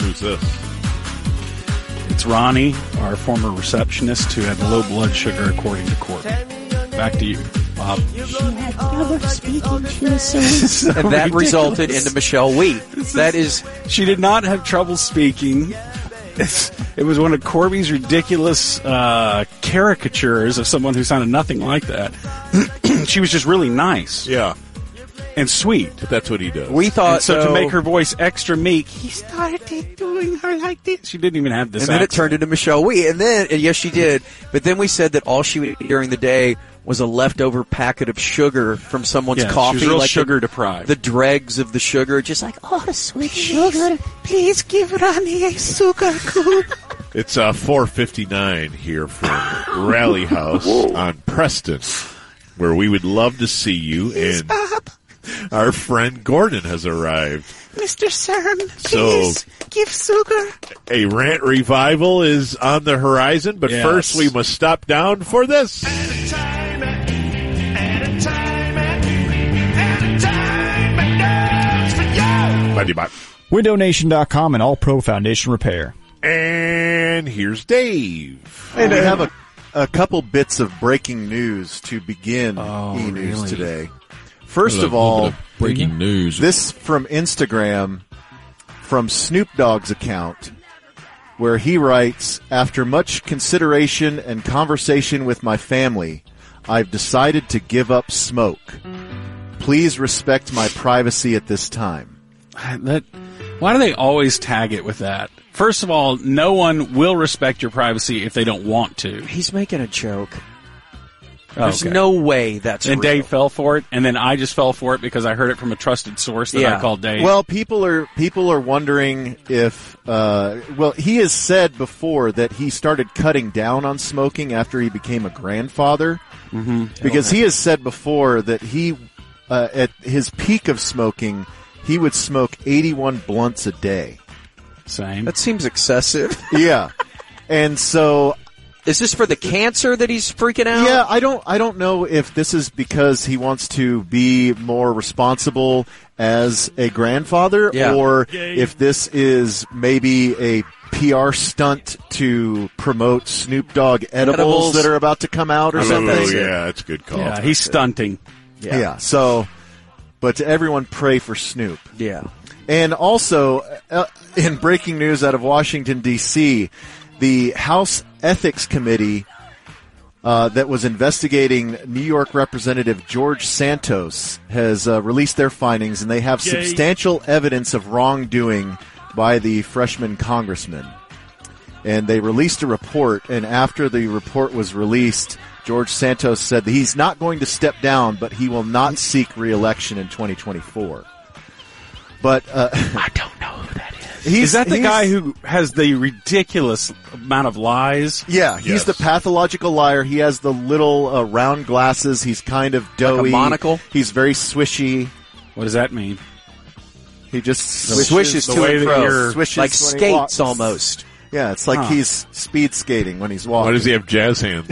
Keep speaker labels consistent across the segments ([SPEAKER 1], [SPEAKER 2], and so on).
[SPEAKER 1] Who's this?
[SPEAKER 2] It's Ronnie, our former receptionist who had low blood sugar, according to court. Back to you, Bob.
[SPEAKER 3] She had trouble speaking. She was so
[SPEAKER 2] So
[SPEAKER 4] and that
[SPEAKER 2] ridiculous.
[SPEAKER 4] resulted into Michelle Wheat. That is,
[SPEAKER 2] She did not have trouble speaking. It's- it was one of Corby's ridiculous uh, caricatures of someone who sounded nothing like that. she was just really nice
[SPEAKER 1] Yeah,
[SPEAKER 2] and sweet.
[SPEAKER 1] but that's what he does.
[SPEAKER 4] we thought
[SPEAKER 2] And so to
[SPEAKER 4] though-
[SPEAKER 2] make her voice extra meek, he started doing her like this. She didn't even have this.
[SPEAKER 4] and then it
[SPEAKER 2] accent.
[SPEAKER 4] turned into Michelle Wee, and then and yes, she did. But then we said that all she would eat during the day was a leftover packet of sugar from someone's
[SPEAKER 2] Yeah, she was
[SPEAKER 4] coffee,
[SPEAKER 2] real
[SPEAKER 4] like the-
[SPEAKER 2] sugar deprived.
[SPEAKER 4] the dregs of the sugar, just like oh,
[SPEAKER 3] oh, sweet sugar.
[SPEAKER 4] please give Ronnie a sugar cube.
[SPEAKER 1] It's uh, 4:59 here from Rally House on Preston, where we would love to see you. And our friend Gordon has arrived.
[SPEAKER 4] Mr. Cern,
[SPEAKER 1] please
[SPEAKER 4] give sugar.
[SPEAKER 1] A rant revival is on the horizon, but
[SPEAKER 2] Yes.
[SPEAKER 1] first we must stop down for this. Mighty Bot.
[SPEAKER 5] WindowNation.com and All Pro Foundation Repair.
[SPEAKER 1] And here's Dave.
[SPEAKER 6] And we have a, a couple bits of breaking news to begin
[SPEAKER 7] Oh,
[SPEAKER 6] e news today. First of all,
[SPEAKER 7] breaking news.
[SPEAKER 6] this from Instagram from Snoop Dogg's account, where he writes After much consideration and conversation with my family, I've decided to give up smoke. Please respect my privacy at this time.
[SPEAKER 2] That, why do they always tag it with that? First of all, no one will respect your privacy if they don't want to.
[SPEAKER 4] He's making a joke.
[SPEAKER 2] Oh,
[SPEAKER 4] There's
[SPEAKER 2] okay.
[SPEAKER 4] no way that's
[SPEAKER 2] And
[SPEAKER 4] real.
[SPEAKER 2] Dave fell for it, and then I just fell for it because I heard it from a trusted source that I
[SPEAKER 4] Yeah.
[SPEAKER 2] called Dave.
[SPEAKER 6] Well, people are people are wondering if uh, well he has said before that he started cutting down on smoking after he became a grandfather mm-hmm. because he has said before that he uh, at his peak of smoking he would smoke 81 blunts a day.
[SPEAKER 2] same.
[SPEAKER 4] That seems excessive.
[SPEAKER 6] Yeah. And so
[SPEAKER 4] Is this for the cancer that he's freaking out?
[SPEAKER 6] Yeah, I don't. I don't know if this is because he wants to be more responsible as a grandfather,
[SPEAKER 4] Yeah.
[SPEAKER 6] or if this is maybe a PR stunt to promote Snoop Dogg edibles,
[SPEAKER 4] Edibles.
[SPEAKER 6] that are about to come out or
[SPEAKER 1] Oh,
[SPEAKER 6] something.
[SPEAKER 1] yeah, that's a good call.
[SPEAKER 2] yeah, he's stunting.
[SPEAKER 6] Yeah. So, but to everyone, pray for Snoop.
[SPEAKER 4] Yeah.
[SPEAKER 6] And also, uh, in breaking news out of Washington, D.C., the House Ethics Committee uh, that was investigating New York Representative George Santos has uh, released their findings, and they have substantial evidence of wrongdoing by the freshman congressman. And they released a report, and after the report was released, George Santos said that he's not going to step down, but he will not seek reelection in 2024. But uh, I don't know who that is.
[SPEAKER 2] Is that the guy who has the ridiculous amount of lies?
[SPEAKER 6] Yeah, he's
[SPEAKER 1] Yes.
[SPEAKER 6] the pathological liar. He has the little uh, round glasses. He's kind of doughy.
[SPEAKER 4] monocle?
[SPEAKER 6] He's very swishy.
[SPEAKER 2] What does that mean?
[SPEAKER 6] He just swishes,
[SPEAKER 4] Swishes
[SPEAKER 2] the
[SPEAKER 4] to
[SPEAKER 2] way that
[SPEAKER 4] and fro.
[SPEAKER 2] you're-
[SPEAKER 6] Swishes
[SPEAKER 4] like
[SPEAKER 6] when he walks.
[SPEAKER 4] skates almost.
[SPEAKER 6] Yeah, it's like
[SPEAKER 2] Huh.
[SPEAKER 6] he's speed skating when he's walking.
[SPEAKER 1] Why does he have jazz hands?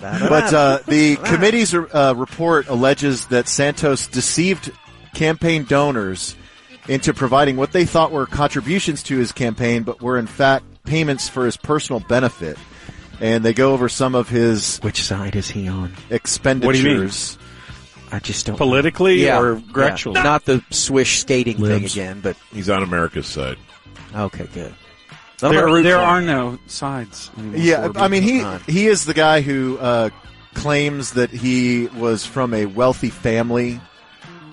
[SPEAKER 6] But uh, the committee's uh, report alleges that Santos deceived campaign donors into providing what they thought were contributions to his campaign, but were in fact payments for his personal benefit. And they go over some of his
[SPEAKER 4] Which side is he on?
[SPEAKER 6] expenditures.
[SPEAKER 2] What do you mean?
[SPEAKER 4] I just don't.
[SPEAKER 2] Politically or gradually?
[SPEAKER 4] Yeah. Not the swish skating thing again, but
[SPEAKER 1] he's on America's side.
[SPEAKER 4] okay, good. I'm gonna
[SPEAKER 2] There,
[SPEAKER 4] root
[SPEAKER 2] there
[SPEAKER 4] for
[SPEAKER 2] are
[SPEAKER 4] him.
[SPEAKER 2] no sides. anymore
[SPEAKER 6] Yeah,
[SPEAKER 2] for
[SPEAKER 6] I mean he
[SPEAKER 4] Huh.
[SPEAKER 6] he is the guy who uh, claims that he was from a wealthy family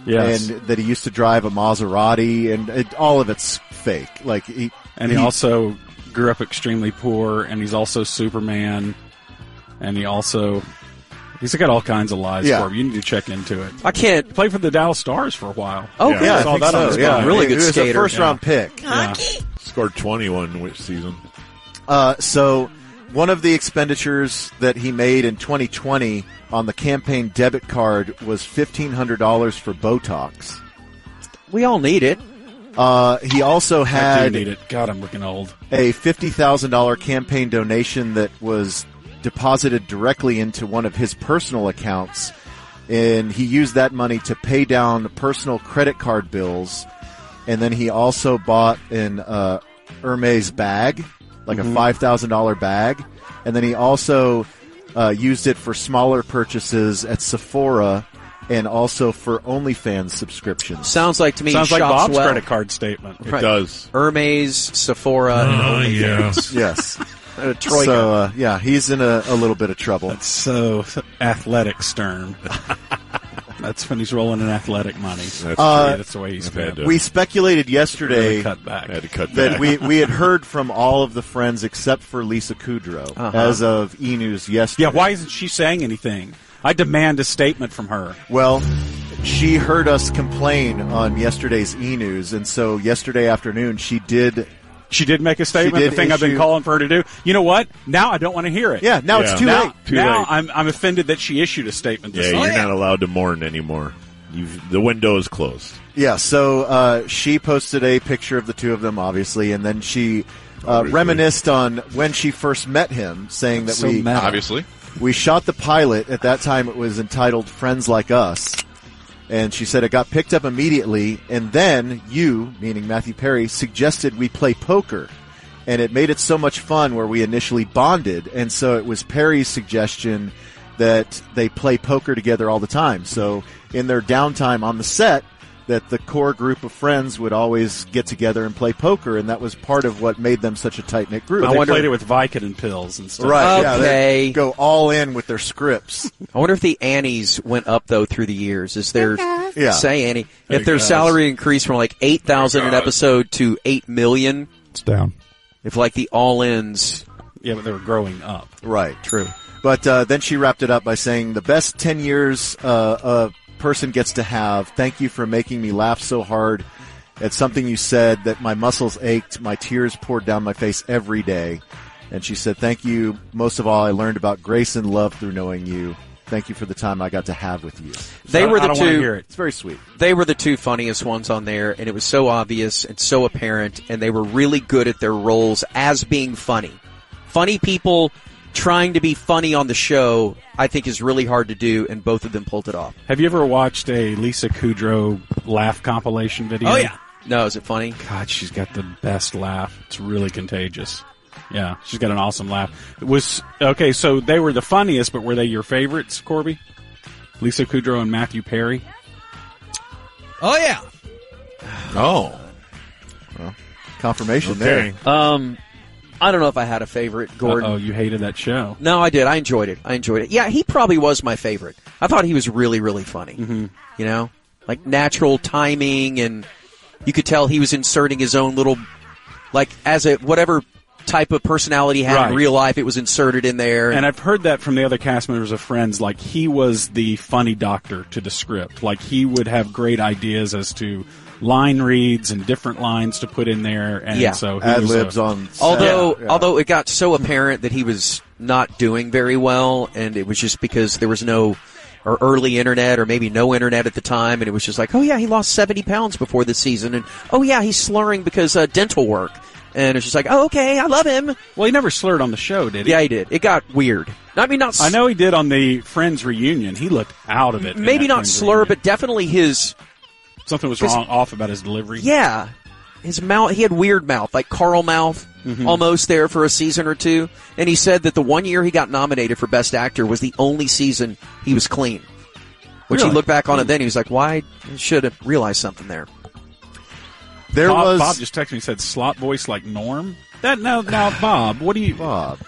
[SPEAKER 2] Yes. And,
[SPEAKER 6] and that he used to drive a Maserati, and it, all of it's fake. Like he,
[SPEAKER 2] he, also grew up extremely poor, and he's also Superman, and he also. He's got all kinds of lies
[SPEAKER 6] Yeah.
[SPEAKER 2] for him. You need to check into it.
[SPEAKER 4] I can't.
[SPEAKER 2] Played for the Dallas Stars for a while.
[SPEAKER 4] Oh,
[SPEAKER 1] Yeah.
[SPEAKER 4] good.
[SPEAKER 6] yeah, I
[SPEAKER 2] saw
[SPEAKER 6] think
[SPEAKER 2] that
[SPEAKER 6] so,
[SPEAKER 2] on his
[SPEAKER 6] yeah,
[SPEAKER 2] phone.
[SPEAKER 4] Really
[SPEAKER 6] He-
[SPEAKER 4] good
[SPEAKER 6] he was
[SPEAKER 4] skater.
[SPEAKER 6] A first round pick.
[SPEAKER 1] Scored 21 which season.
[SPEAKER 6] Uh, so one of the expenditures that he made in 2020 on the campaign debit card was fifteen hundred dollars for Botox.
[SPEAKER 4] We all need it.
[SPEAKER 6] Uh, he also
[SPEAKER 2] I
[SPEAKER 6] had
[SPEAKER 2] do need it. God, I'm looking old.
[SPEAKER 6] a $50,000 campaign donation that was deposited directly into one of his personal accounts. And he used that money to pay down personal credit card bills and then he also bought an uh, Hermes bag, like a five thousand dollar bag, and then he also uh, used it for smaller purchases at Sephora, and also for OnlyFans subscriptions.
[SPEAKER 4] Sounds like to me.
[SPEAKER 2] Sounds
[SPEAKER 4] he
[SPEAKER 2] like
[SPEAKER 4] shops
[SPEAKER 2] Bob's
[SPEAKER 4] well.
[SPEAKER 2] credit card statement.
[SPEAKER 1] It
[SPEAKER 4] Right.
[SPEAKER 1] does.
[SPEAKER 4] Hermes, Sephora,
[SPEAKER 2] Mm-hmm.
[SPEAKER 1] Oh, yeah.
[SPEAKER 6] Yes.
[SPEAKER 4] and, uh, Troika.
[SPEAKER 6] so uh, yeah, he's in a, a little bit of trouble.
[SPEAKER 2] So athletic Stern. That's when he's rolling in athletic money.
[SPEAKER 1] That's
[SPEAKER 2] Yeah, that's the way he's
[SPEAKER 1] I've had
[SPEAKER 2] paid.
[SPEAKER 1] to-
[SPEAKER 6] We speculated yesterday.
[SPEAKER 2] Really cut back.
[SPEAKER 1] I had to cut
[SPEAKER 6] that
[SPEAKER 1] that.
[SPEAKER 6] we, we had heard from all of the friends except for Lisa Kudrow
[SPEAKER 4] Uh-huh.
[SPEAKER 6] as of E News yesterday.
[SPEAKER 2] Yeah, why isn't she saying anything? I demand a statement from her.
[SPEAKER 6] Well, she heard us complain on yesterday's E News, and so yesterday afternoon she did.
[SPEAKER 2] She did make a statement,
[SPEAKER 6] did
[SPEAKER 2] the thing I've been
[SPEAKER 6] issue-
[SPEAKER 2] calling for her to do. You know what? Now I don't want to hear it.
[SPEAKER 6] Yeah, now
[SPEAKER 1] Yeah.
[SPEAKER 6] it's too
[SPEAKER 2] now,
[SPEAKER 6] late.
[SPEAKER 1] Too
[SPEAKER 2] now
[SPEAKER 1] late.
[SPEAKER 2] I'm, I'm offended that she issued a statement.
[SPEAKER 1] yeah,
[SPEAKER 2] This
[SPEAKER 1] you're
[SPEAKER 2] morning.
[SPEAKER 1] not allowed to mourn anymore. You've, the window is closed.
[SPEAKER 6] Yeah, so uh, she posted a picture of the two of them, obviously, and then she uh,
[SPEAKER 1] Obviously.
[SPEAKER 6] reminisced on when she first met him, saying that
[SPEAKER 2] So
[SPEAKER 6] we
[SPEAKER 2] meta.
[SPEAKER 1] Obviously.
[SPEAKER 6] we shot the pilot. At that time, it was entitled "Friends Like Us," and she said it got picked up immediately. And then you, meaning Matthew Perry, suggested we play poker, and it made it so much fun where we initially bonded. And so it was Perry's suggestion that they play poker together all the time. So in their downtime on the set. That the core group of friends would always get together and play poker, and that was part of what made them such a tight knit group.
[SPEAKER 2] But they
[SPEAKER 4] wonder-
[SPEAKER 2] played it with Vicodin pills and stuff. Uh,
[SPEAKER 6] Right. yeah, they
[SPEAKER 4] Okay.
[SPEAKER 6] go all in with their scripts.
[SPEAKER 4] I wonder if the Annies went up though through the years. Is there
[SPEAKER 6] Yeah.
[SPEAKER 4] say Annie
[SPEAKER 2] There
[SPEAKER 4] if their
[SPEAKER 2] it goes.
[SPEAKER 4] salary increased from like eight thousand an episode to eight million?
[SPEAKER 5] It's down.
[SPEAKER 4] If like the all ins,
[SPEAKER 2] Yeah, but they were growing up.
[SPEAKER 6] Right. True. But uh, then she wrapped it up by saying, "The best ten years uh, a person gets to have. Thank you for making me laugh so hard at something you said that my muscles ached, my tears poured down my face every day." And she said, "Thank you. Most of all, I learned about grace and love through knowing you. Thank you for the time I got to have with you.
[SPEAKER 4] they
[SPEAKER 2] I-
[SPEAKER 4] were
[SPEAKER 2] I
[SPEAKER 4] the
[SPEAKER 2] don't wanna hear
[SPEAKER 4] two.
[SPEAKER 2] it.
[SPEAKER 6] It's very sweet.
[SPEAKER 4] They were the two funniest ones on there, and it was so obvious and so apparent, and they were really good at their roles as being funny. Funny people trying to be funny on the show, I think, is really hard to do, and both of them pulled it off.
[SPEAKER 2] Have you ever watched a Lisa Kudrow laugh compilation video?
[SPEAKER 7] Oh,
[SPEAKER 4] Oh, no, is it funny?
[SPEAKER 2] God, she's got the best laugh. It's really contagious. Yeah, she's got an awesome laugh. It was okay. So they were the funniest, but were they your favorites, Corby? Lisa Kudrow and Matthew Perry.
[SPEAKER 7] Oh yeah.
[SPEAKER 1] Oh.
[SPEAKER 6] Confirmation
[SPEAKER 1] Okay.
[SPEAKER 6] there.
[SPEAKER 4] Um, I don't know if I had a favorite, Gordon.
[SPEAKER 2] Oh, you hated that show.
[SPEAKER 4] No, I did. I enjoyed it. I enjoyed it. Yeah, he probably was my favorite. I thought he was really, really funny. Mm-hmm. You know, like natural timing, and you could tell he was inserting his own little, like as a whatever type of personality he had
[SPEAKER 2] Right.
[SPEAKER 4] in real life, it was inserted in there.
[SPEAKER 2] And I've heard that from the other cast members of Friends. Like he was the funny doctor to the script. Like he would have great ideas as to line reads and different lines to put in there. And
[SPEAKER 4] Yeah.
[SPEAKER 2] so he
[SPEAKER 6] Ad
[SPEAKER 2] was uh,
[SPEAKER 6] libs
[SPEAKER 2] a-
[SPEAKER 6] on set.
[SPEAKER 4] although,
[SPEAKER 6] Yeah.
[SPEAKER 4] although it got so apparent that he was not doing very well, and it was just because there was no. Or early internet, or maybe no internet at the time, and it was just like, oh yeah, he lost seventy pounds before this season, and oh yeah, he's slurring because uh, dental work, and it's just like, oh okay, I love him,
[SPEAKER 2] Well, he never slurred on the show, did he?
[SPEAKER 4] Yeah, he did. It got weird. I mean, not. s-
[SPEAKER 2] I know he did on the Friends reunion. He looked out of it. in
[SPEAKER 4] Maybe
[SPEAKER 2] that
[SPEAKER 4] not
[SPEAKER 2] Friends
[SPEAKER 4] slur,
[SPEAKER 2] reunion.
[SPEAKER 4] but definitely his.
[SPEAKER 2] something was wrong off about his delivery.
[SPEAKER 4] Yeah, his mouth. He had weird mouth, like Carl mouth,
[SPEAKER 2] Mm-hmm.
[SPEAKER 4] almost there for a season or two. And he said that the one year he got nominated for Best Actor was the only season he was clean. Which he
[SPEAKER 2] Really? Hmm.
[SPEAKER 4] looked back on it then, he was like, "Why I should have realized something there?"
[SPEAKER 6] There
[SPEAKER 2] Bob,
[SPEAKER 6] was
[SPEAKER 2] Bob just texted me and said slot voice like Norm. That now now Bob, what do you?
[SPEAKER 6] Bob.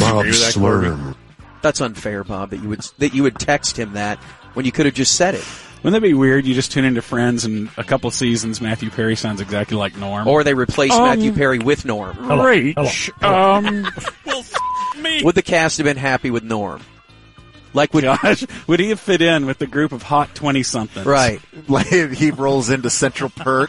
[SPEAKER 1] Bob Slurm.
[SPEAKER 4] That's unfair, Bob. That you would that you would text him that when you could have just said it,
[SPEAKER 2] Wouldn't that be weird? You just tune into Friends and a couple seasons, Matthew Perry sounds exactly like Norm.
[SPEAKER 4] or they replaced Matthew Perry with Norm.
[SPEAKER 2] Reach. Um,
[SPEAKER 4] Would the cast have been happy with Norm? Like would
[SPEAKER 2] gosh, would he have fit in with the group of hot twenty somethings?
[SPEAKER 4] right?
[SPEAKER 6] Like, he rolls into Central Perk,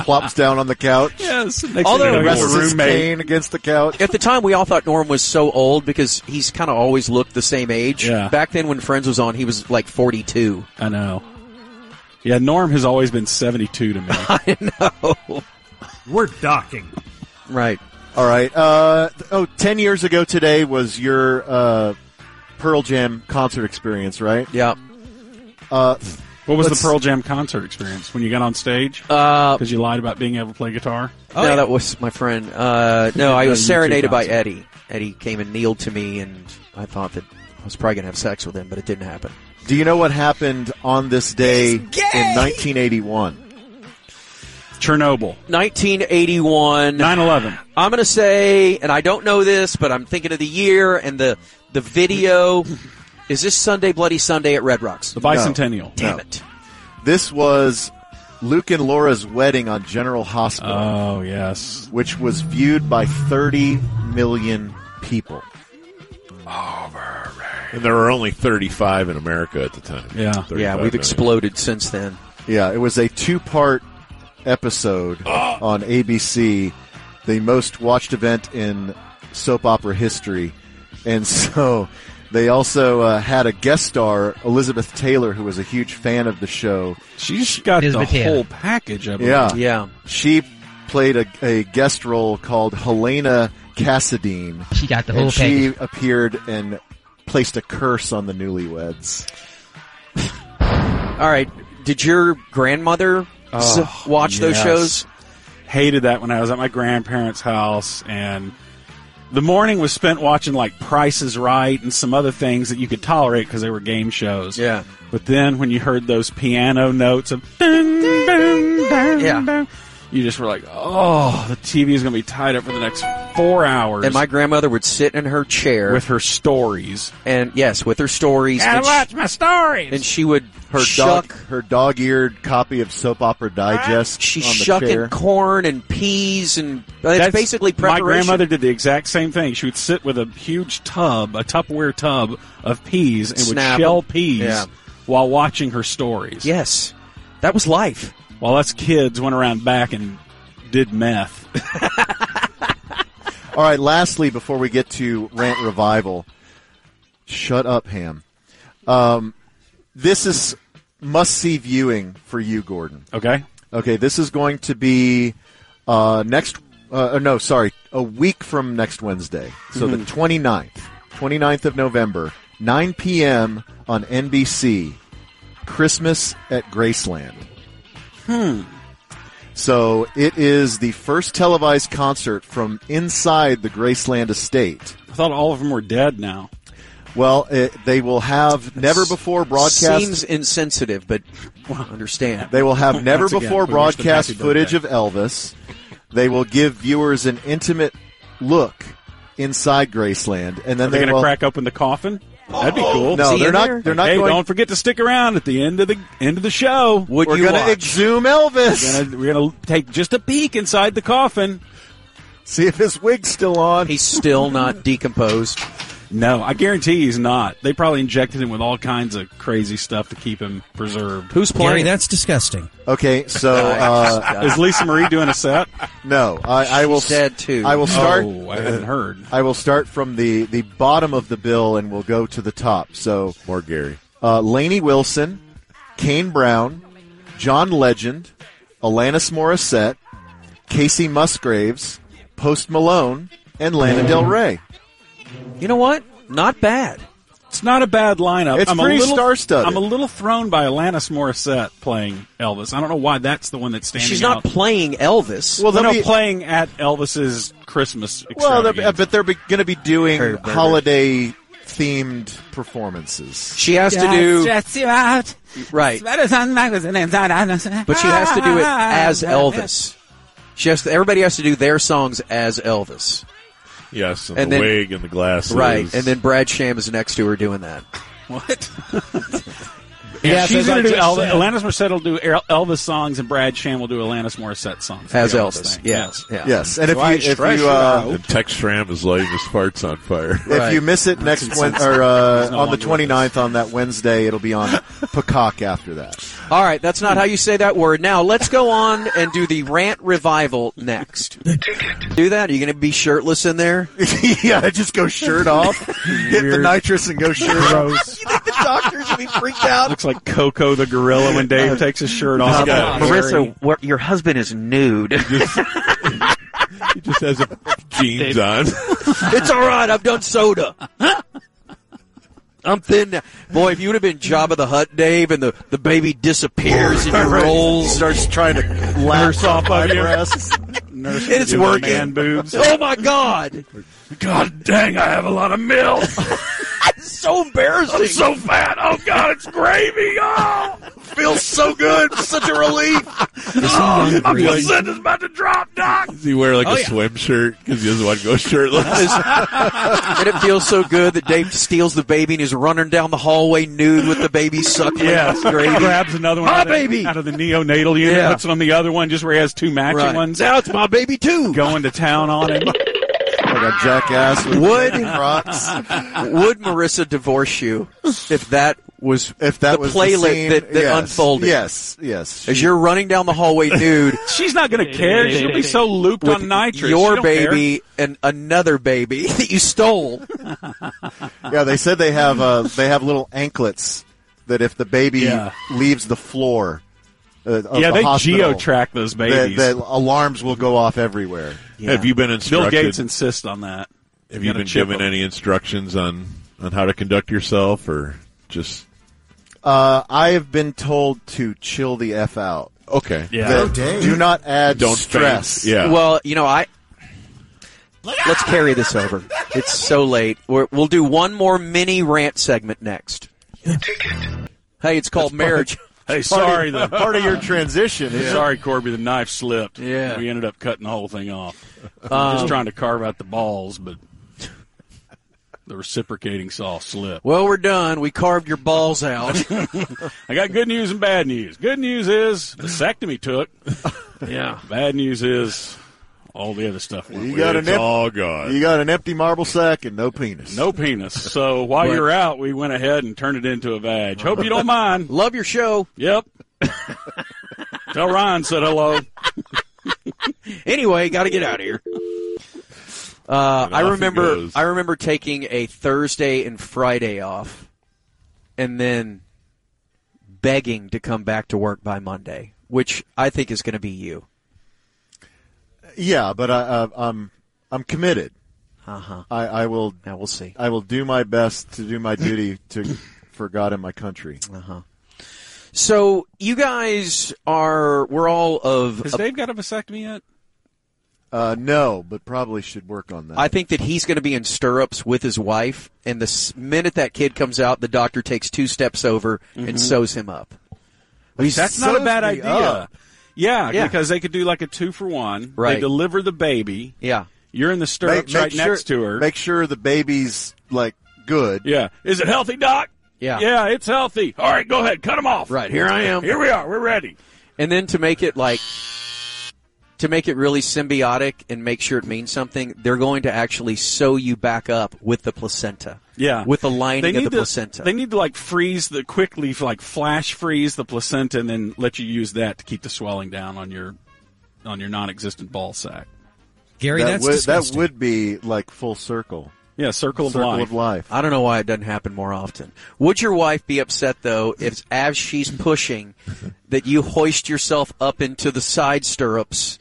[SPEAKER 6] plops down on the couch.
[SPEAKER 2] Yes. Next
[SPEAKER 4] Although-
[SPEAKER 2] thing you know,
[SPEAKER 6] rests
[SPEAKER 2] he's a
[SPEAKER 6] his
[SPEAKER 2] roommate.
[SPEAKER 6] cane against the couch.
[SPEAKER 4] At the time, we all thought Norm was so old because he's kind of always looked the same age.
[SPEAKER 2] Yeah.
[SPEAKER 4] Back then, when Friends was on, he was like 42.
[SPEAKER 2] I know. Yeah, Norm has always been seventy-two to me.
[SPEAKER 7] We're docking.
[SPEAKER 4] Right.
[SPEAKER 6] All right. Uh, th- oh, 10 years ago today was your uh, Pearl Jam concert experience, right?
[SPEAKER 4] Yeah.
[SPEAKER 6] Uh,
[SPEAKER 2] What was
[SPEAKER 6] Let's-
[SPEAKER 2] the Pearl Jam concert experience when you got on stage?
[SPEAKER 4] Uh,
[SPEAKER 2] Because you lied about being able to play guitar.
[SPEAKER 7] Oh,
[SPEAKER 4] no,
[SPEAKER 7] yeah.
[SPEAKER 4] that was my friend. Uh, no, I
[SPEAKER 2] No,
[SPEAKER 4] was
[SPEAKER 2] you two
[SPEAKER 4] serenaded by
[SPEAKER 2] bouncing.
[SPEAKER 4] Eddie. Eddie came and kneeled to me, and I thought that I was probably going to have sex with him, but it didn't happen.
[SPEAKER 6] Do you know what happened on this day in
[SPEAKER 7] gay!
[SPEAKER 6] 1981?
[SPEAKER 2] Chernobyl,
[SPEAKER 4] 1981.
[SPEAKER 2] 9/11.
[SPEAKER 4] I'm going to say, and I don't know this, but I'm thinking of the year and the the video. Is this Sunday Bloody Sunday at Red Rocks?
[SPEAKER 2] The bicentennial.
[SPEAKER 4] Damn
[SPEAKER 6] No.
[SPEAKER 4] it!
[SPEAKER 6] This was Luke and Laura's wedding on General Hospital,
[SPEAKER 2] Oh yes.
[SPEAKER 6] which was viewed by 30 million people.
[SPEAKER 1] And there were only 35 in America at the time.
[SPEAKER 2] Yeah.
[SPEAKER 1] 35
[SPEAKER 4] Yeah, we've
[SPEAKER 1] million.
[SPEAKER 4] exploded since then.
[SPEAKER 6] Yeah, it was a two-part episode on ABC, the most watched event in soap opera history, and so they also uh, had a guest star, Elizabeth Taylor, who was a huge fan of the show.
[SPEAKER 2] She's got
[SPEAKER 7] Is
[SPEAKER 2] the
[SPEAKER 7] Batana.
[SPEAKER 2] whole package. I believe.
[SPEAKER 6] Yeah,
[SPEAKER 4] Yeah.
[SPEAKER 6] she played a, a guest role called Helena Cassadine,
[SPEAKER 7] She got the whole
[SPEAKER 6] and she
[SPEAKER 7] package.
[SPEAKER 6] appeared and placed a curse on the newlyweds.
[SPEAKER 4] All right. Did your grandmother s- watch those
[SPEAKER 6] Oh, yes.
[SPEAKER 4] shows?
[SPEAKER 2] hated that when I was at my grandparents' house and the morning was spent watching like Price is Right and some other things that you could tolerate because they were game shows.
[SPEAKER 4] Yeah.
[SPEAKER 2] But then when you heard those piano notes of ding, ding, ding,
[SPEAKER 4] Yeah.
[SPEAKER 2] ding, you just were like, oh, the TV is going to be tied up for the next four hours
[SPEAKER 4] And my grandmother would sit in her chair
[SPEAKER 2] with her stories.
[SPEAKER 4] and yes, with her stories, and, she,
[SPEAKER 2] my stories.
[SPEAKER 4] and she would
[SPEAKER 6] Her
[SPEAKER 4] shuck,
[SPEAKER 6] dog, her dog-eared copy of Soap Opera Digest.
[SPEAKER 4] she's
[SPEAKER 6] on the
[SPEAKER 4] shucking
[SPEAKER 6] chair.
[SPEAKER 4] corn and peas, and it's basically preparation.
[SPEAKER 2] My grandmother did the exact same thing. She would sit with a huge tub, a Tupperware tub of peas, and
[SPEAKER 4] Snap 'em.
[SPEAKER 2] would shell peas
[SPEAKER 4] Yeah.
[SPEAKER 2] while watching her stories.
[SPEAKER 4] Yes, that was life.
[SPEAKER 2] While us kids went around back and did meth.
[SPEAKER 6] All right. Lastly, before we get to rant revival, shut up, Ham. Um, this is must-see viewing for you, Gordon.
[SPEAKER 2] Okay.
[SPEAKER 6] Okay, this is going to be uh, next. Uh, no, sorry, a week from next Wednesday, so the 29th, 29th of November, 9 p.m. on NBC. Christmas at Graceland. Hmm. So it is the first televised concert from inside the Graceland estate.
[SPEAKER 2] I thought all of them were dead now.
[SPEAKER 6] Well, it, they will have never before broadcast.
[SPEAKER 4] Seems insensitive, but understand.
[SPEAKER 6] They will have never
[SPEAKER 2] Once again,
[SPEAKER 6] before
[SPEAKER 2] we wish them
[SPEAKER 6] broadcast
[SPEAKER 2] happy
[SPEAKER 6] footage of Elvis. They will give viewers an intimate look inside Graceland, and then
[SPEAKER 2] Are they going
[SPEAKER 6] will.
[SPEAKER 2] to crack open the coffin? That'd be cool.
[SPEAKER 6] no,
[SPEAKER 4] See you
[SPEAKER 6] they're not.
[SPEAKER 4] there?
[SPEAKER 6] They're not
[SPEAKER 2] hey,
[SPEAKER 6] going.
[SPEAKER 2] don't forget to stick around at the end of the end of the show.
[SPEAKER 4] Would
[SPEAKER 6] we're
[SPEAKER 4] you
[SPEAKER 6] gonna
[SPEAKER 4] watch?
[SPEAKER 6] exhume Elvis.
[SPEAKER 2] We're gonna, we're gonna take just a peek inside the coffin.
[SPEAKER 6] See if his wig's still on.
[SPEAKER 4] He's still not decomposed.
[SPEAKER 2] No, I guarantee he's not. They probably injected him with all kinds of crazy stuff to keep him preserved.
[SPEAKER 4] Who's
[SPEAKER 7] Gary,
[SPEAKER 4] playing?
[SPEAKER 7] that's disgusting.
[SPEAKER 6] Okay, so uh,
[SPEAKER 2] Is Lisa Marie doing a set?
[SPEAKER 6] no, I, I
[SPEAKER 4] She's
[SPEAKER 6] will. s-
[SPEAKER 4] dead, too.
[SPEAKER 6] I will start.
[SPEAKER 2] Oh, I hadn't heard.
[SPEAKER 6] I will start from the the bottom of the bill, and we'll go to the top. So
[SPEAKER 1] More Gary.
[SPEAKER 6] uh, Laney Wilson, Kane Brown, John Legend, Alanis Morissette, Casey Musgraves, Post Malone, and Lana Del Rey.
[SPEAKER 4] you know what? Not bad.
[SPEAKER 2] It's not a bad lineup.
[SPEAKER 6] It's
[SPEAKER 2] I'm
[SPEAKER 6] pretty
[SPEAKER 2] a little,
[SPEAKER 6] star-studded.
[SPEAKER 2] I'm a little thrown by Alanis Morissette playing Elvis. I don't know why that's the one that's standing.
[SPEAKER 4] She's not
[SPEAKER 2] out.
[SPEAKER 4] playing Elvis.
[SPEAKER 6] Well,
[SPEAKER 2] Well, no,
[SPEAKER 6] they'll be-
[SPEAKER 2] playing at Elvis's Christmas.
[SPEAKER 6] Well, they're, uh,
[SPEAKER 2] extravaganza.
[SPEAKER 6] but they're going to be doing
[SPEAKER 4] Very better.
[SPEAKER 6] holiday themed performances.
[SPEAKER 4] she has to do
[SPEAKER 8] Stress you out.
[SPEAKER 4] right, but she has to do it as Elvis. She has to, everybody has to do their songs as Elvis,
[SPEAKER 1] Yes, and,
[SPEAKER 4] And
[SPEAKER 1] the
[SPEAKER 4] then-
[SPEAKER 1] wig and the glasses.
[SPEAKER 4] right? And then Brad Sham is next to her doing that.
[SPEAKER 2] what?
[SPEAKER 8] Yeah,
[SPEAKER 2] yeah,
[SPEAKER 8] so
[SPEAKER 2] she's
[SPEAKER 8] as I
[SPEAKER 2] going to do
[SPEAKER 8] just
[SPEAKER 2] Elvis.
[SPEAKER 8] said-
[SPEAKER 2] Alanis Morissette will do El- Elvis songs, and Brad Sham will do Alanis Morissette songs.
[SPEAKER 4] As
[SPEAKER 2] Yeah,
[SPEAKER 4] Elvis,
[SPEAKER 2] thing.
[SPEAKER 4] yes, yeah.
[SPEAKER 6] Yes, and if
[SPEAKER 2] Why
[SPEAKER 6] you if
[SPEAKER 2] stress
[SPEAKER 6] you uh,
[SPEAKER 1] And Tex Schramm is lighting his farts on fire.
[SPEAKER 6] if you miss it next Wed or
[SPEAKER 2] no
[SPEAKER 6] uh, on the
[SPEAKER 2] longer with
[SPEAKER 6] 29th on that Wednesday, it'll be on Peacock after that.
[SPEAKER 4] All right, that's not how you say that word. Now let's go on and do the rant revival next. Do that? Are you going to be shirtless in there?
[SPEAKER 6] yeah, just go shirt off, get the nitrous, and go shirt off.
[SPEAKER 4] the doctors will be freaked out.
[SPEAKER 2] Looks like Coco the gorilla when Dave takes his shirt off.
[SPEAKER 1] got-
[SPEAKER 4] Marissa, what, your husband is nude.
[SPEAKER 1] He just has a jeans on.
[SPEAKER 4] it's all right. I've done soda. I'm thin now. Boy, if you would have been Jabba the Hutt, Dave, and the, the baby disappears and your rolls starts trying to
[SPEAKER 2] Nurse
[SPEAKER 4] lapse
[SPEAKER 2] off on you.
[SPEAKER 6] breasts.
[SPEAKER 2] Nurse
[SPEAKER 4] And it's
[SPEAKER 2] doing
[SPEAKER 4] working.
[SPEAKER 2] Man boobs.
[SPEAKER 4] Oh my God!
[SPEAKER 2] God dang, I have a lot of milk.
[SPEAKER 4] It's so embarrassing.
[SPEAKER 2] so fat. Oh God, it's gravy. Oh,
[SPEAKER 4] feels so good. Such a relief.
[SPEAKER 1] I'm like,
[SPEAKER 2] is about to drop, Doc.
[SPEAKER 1] does he wear like
[SPEAKER 7] Oh,
[SPEAKER 1] a
[SPEAKER 7] yeah.
[SPEAKER 1] swim shirt because he doesn't want to go shirtless?
[SPEAKER 4] and it feels so good that Dave steals the baby and is running down the hallway nude with the baby suckling.
[SPEAKER 2] Yeah,
[SPEAKER 4] It's great.
[SPEAKER 2] grabs another one
[SPEAKER 4] My
[SPEAKER 2] out,
[SPEAKER 4] baby!
[SPEAKER 2] Of, out of the neonatal unit,
[SPEAKER 4] Yeah.
[SPEAKER 2] puts it on the other one, just where he has two matching
[SPEAKER 4] Right.
[SPEAKER 2] ones.
[SPEAKER 4] Now it's my baby too.
[SPEAKER 2] Going to town on him.
[SPEAKER 6] like a jackass with
[SPEAKER 4] Would-
[SPEAKER 6] rocks.
[SPEAKER 4] Would Marissa divorce you if that was
[SPEAKER 6] If that
[SPEAKER 4] the
[SPEAKER 6] was
[SPEAKER 4] playlet
[SPEAKER 6] the scene,
[SPEAKER 4] that, that
[SPEAKER 6] yes,
[SPEAKER 4] unfolded?
[SPEAKER 6] yes, yes,
[SPEAKER 4] As you're running down the hallway nude
[SPEAKER 2] She's not going to care. She'll be so looped
[SPEAKER 4] with
[SPEAKER 2] on nitrous. She
[SPEAKER 4] your
[SPEAKER 2] don't care.
[SPEAKER 4] baby and another baby that you stole.
[SPEAKER 6] yeah. They said they have uh, they have little anklets that if the baby
[SPEAKER 2] Yeah.
[SPEAKER 6] leaves the floor, uh, of
[SPEAKER 2] Yeah,
[SPEAKER 6] the
[SPEAKER 2] they
[SPEAKER 6] hospital,
[SPEAKER 2] geo-track those
[SPEAKER 6] that,
[SPEAKER 2] babies.
[SPEAKER 6] that alarms will go off everywhere.
[SPEAKER 1] Have you been instructed?
[SPEAKER 2] Bill Gates insists on that.
[SPEAKER 1] have you
[SPEAKER 2] gotta
[SPEAKER 1] been
[SPEAKER 2] chip
[SPEAKER 1] given
[SPEAKER 2] them.
[SPEAKER 1] any instructions on on how to conduct yourself, or just
[SPEAKER 6] Uh, I have been told to chill the f out.
[SPEAKER 1] okay?
[SPEAKER 2] Oh, Yeah.
[SPEAKER 6] That do not add
[SPEAKER 1] Don't
[SPEAKER 6] stress.
[SPEAKER 1] faint. Yeah.
[SPEAKER 4] Well, you know, I let's carry this over. It's so late. We're, we'll do one more mini rant segment next. Hey, it's called marriage.
[SPEAKER 2] Hey, sorry, the
[SPEAKER 6] Part of your transition is
[SPEAKER 2] Sorry, Corby, the knife slipped.
[SPEAKER 4] Yeah.
[SPEAKER 2] We ended up cutting the whole thing off. I'm just trying to carve out the balls, but the reciprocating saw slipped.
[SPEAKER 4] Well, we're done. We carved your balls out.
[SPEAKER 2] I got good news and bad news. Good news is vasectomy took.
[SPEAKER 4] yeah.
[SPEAKER 2] Bad news is all the other stuff went
[SPEAKER 6] You
[SPEAKER 2] weird.
[SPEAKER 6] got an
[SPEAKER 1] it's
[SPEAKER 6] em-
[SPEAKER 1] all gone.
[SPEAKER 6] you got an empty marble sack and no penis.
[SPEAKER 2] No penis. So while
[SPEAKER 4] Right.
[SPEAKER 2] you're out, we went ahead and turned it into a vag. Hope you don't mind.
[SPEAKER 4] Love your show.
[SPEAKER 2] Yep. Tell Ryan said hello.
[SPEAKER 4] Anyway, got to get out of here. Uh,
[SPEAKER 1] off
[SPEAKER 4] I
[SPEAKER 1] it
[SPEAKER 4] remember.
[SPEAKER 1] goes.
[SPEAKER 4] I remember taking a Thursday and Friday off, and then begging to come back to work by Monday, which I think is going to be you.
[SPEAKER 6] Yeah, but I, uh, I'm I'm committed. Uh-huh. I, I will
[SPEAKER 4] Now we'll see.
[SPEAKER 6] I will do my best to do my duty to for God and my country.
[SPEAKER 4] So you guys are. We're all of.
[SPEAKER 2] Has Dave got a vasectomy yet?
[SPEAKER 6] Uh, no, but probably should work on that.
[SPEAKER 4] I think that he's going to be in stirrups with his wife, and the s- minute that kid comes out, the doctor takes two steps over
[SPEAKER 2] Mm-hmm.
[SPEAKER 4] and sews him up.
[SPEAKER 2] That's not a
[SPEAKER 6] sews
[SPEAKER 2] bad
[SPEAKER 6] me
[SPEAKER 2] idea.
[SPEAKER 6] up.
[SPEAKER 2] Yeah,
[SPEAKER 4] Yeah.
[SPEAKER 2] because they could do like a two for one.
[SPEAKER 4] Right.
[SPEAKER 2] They deliver the baby.
[SPEAKER 4] Yeah.
[SPEAKER 2] You're in the
[SPEAKER 6] Make-
[SPEAKER 2] stirrups
[SPEAKER 6] make
[SPEAKER 2] right
[SPEAKER 6] sure-
[SPEAKER 2] next to her.
[SPEAKER 6] Make sure the baby's like good.
[SPEAKER 2] yeah. Is it healthy, Doc?
[SPEAKER 4] Yeah.
[SPEAKER 2] Yeah, it's healthy. All right, go ahead. Cut them off.
[SPEAKER 4] Right here I am.
[SPEAKER 2] Here we are. We're ready.
[SPEAKER 4] And then to make it like to make it really symbiotic and make sure it means something, they're going to actually sew you back up with the placenta.
[SPEAKER 2] Yeah.
[SPEAKER 4] With the lining
[SPEAKER 2] They
[SPEAKER 4] of
[SPEAKER 2] need
[SPEAKER 4] the
[SPEAKER 2] to-
[SPEAKER 4] placenta.
[SPEAKER 2] They need to like freeze the quickly, like flash freeze the placenta, and then let you use that to keep the swelling down on your on your non-existent ball sac.
[SPEAKER 7] Gary,
[SPEAKER 6] That
[SPEAKER 7] that's
[SPEAKER 6] would that
[SPEAKER 7] disgusting.
[SPEAKER 6] would be like full circle,
[SPEAKER 2] Yeah, circle,
[SPEAKER 6] circle
[SPEAKER 2] of life.
[SPEAKER 6] of life.
[SPEAKER 4] I don't know why it doesn't happen more often. Would your wife be upset though if as she's pushing that you hoist yourself up into the side stirrups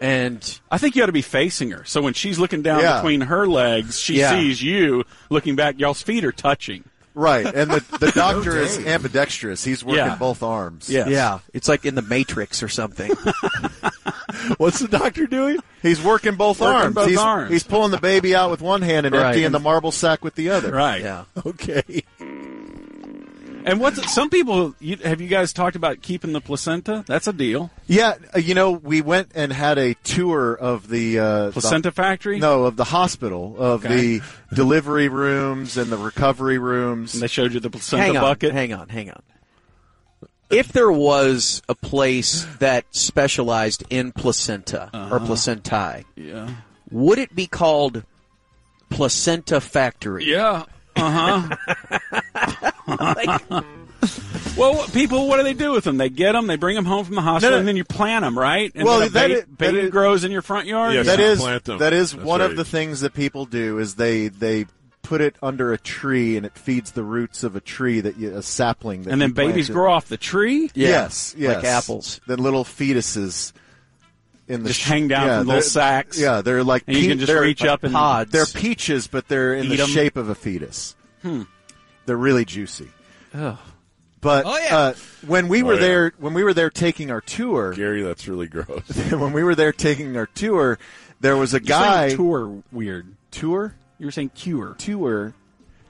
[SPEAKER 4] and
[SPEAKER 2] I think you ought to be facing her. So when she's looking down
[SPEAKER 6] Yeah.
[SPEAKER 2] between her legs, she
[SPEAKER 4] Yeah.
[SPEAKER 2] sees you looking back. Y'all's feet are touching.
[SPEAKER 6] Right, and the, the doctor is ambidextrous. He's working
[SPEAKER 2] Yeah.
[SPEAKER 6] both arms.
[SPEAKER 2] Yes.
[SPEAKER 4] yeah, it's like in the Matrix or something.
[SPEAKER 6] What's the doctor doing? He's working both
[SPEAKER 2] Working
[SPEAKER 6] arms.
[SPEAKER 2] both
[SPEAKER 6] he's,
[SPEAKER 2] arms.
[SPEAKER 6] he's pulling the baby out with one hand and
[SPEAKER 4] Right.
[SPEAKER 6] emptying the marble sack with the other.
[SPEAKER 2] Right.
[SPEAKER 4] yeah.
[SPEAKER 6] Okay.
[SPEAKER 2] And what's some people you, have you guys talked about keeping the placenta? That's a deal.
[SPEAKER 6] Yeah, uh, you know, we went and had a tour of the uh,
[SPEAKER 2] Placenta
[SPEAKER 6] the-
[SPEAKER 2] factory?
[SPEAKER 6] No, of the hospital, of
[SPEAKER 2] Okay.
[SPEAKER 6] the delivery rooms and the recovery rooms.
[SPEAKER 2] And they showed you the placenta
[SPEAKER 4] hang on,
[SPEAKER 2] bucket.
[SPEAKER 4] Hang on, hang on. If there was a place that specialized in placenta or placentae,
[SPEAKER 2] Yeah.
[SPEAKER 4] would it be called Placenta Factory?
[SPEAKER 2] Yeah. Uh-huh. Uh huh. well, what- people, what do they do with them? They get them, they bring them home from the hospital,
[SPEAKER 6] No, no.
[SPEAKER 2] and then you plant them, right? And
[SPEAKER 6] Well,
[SPEAKER 2] then a
[SPEAKER 6] that
[SPEAKER 2] ba-
[SPEAKER 6] is- that
[SPEAKER 2] baby
[SPEAKER 6] is-
[SPEAKER 2] grows in your front yard.
[SPEAKER 1] Yes.
[SPEAKER 6] That
[SPEAKER 1] Yeah,
[SPEAKER 6] is
[SPEAKER 1] plant them.
[SPEAKER 6] that is
[SPEAKER 1] That's
[SPEAKER 6] one
[SPEAKER 1] right.
[SPEAKER 6] of the things that people do is they they put it under a tree and it feeds the roots of a tree that you, a sapling that
[SPEAKER 2] And then
[SPEAKER 6] you planted.
[SPEAKER 2] babies grow off the tree.
[SPEAKER 4] Yeah,
[SPEAKER 6] Yes, yes.
[SPEAKER 4] like apples.
[SPEAKER 6] The little fetuses in the
[SPEAKER 2] Just
[SPEAKER 6] sh-
[SPEAKER 2] hang down
[SPEAKER 6] yeah,
[SPEAKER 2] from little
[SPEAKER 6] they're-
[SPEAKER 2] sacks.
[SPEAKER 6] Yeah, they're like
[SPEAKER 2] And you
[SPEAKER 6] pe-
[SPEAKER 2] can just
[SPEAKER 6] they're-
[SPEAKER 2] reach up and
[SPEAKER 4] Pods.
[SPEAKER 6] They're peaches, but they're in
[SPEAKER 2] Eat
[SPEAKER 6] the
[SPEAKER 2] 'em.
[SPEAKER 6] shape of a fetus. They're really juicy. But
[SPEAKER 7] Oh, yeah.
[SPEAKER 6] uh, when we were
[SPEAKER 1] yeah.
[SPEAKER 6] there, when we were there taking our tour,
[SPEAKER 1] Gary, that's really gross.
[SPEAKER 6] when we were there taking our tour, there was a
[SPEAKER 2] You're saying
[SPEAKER 6] guy
[SPEAKER 2] tour weird.
[SPEAKER 6] tour
[SPEAKER 2] You were saying cure.
[SPEAKER 6] tour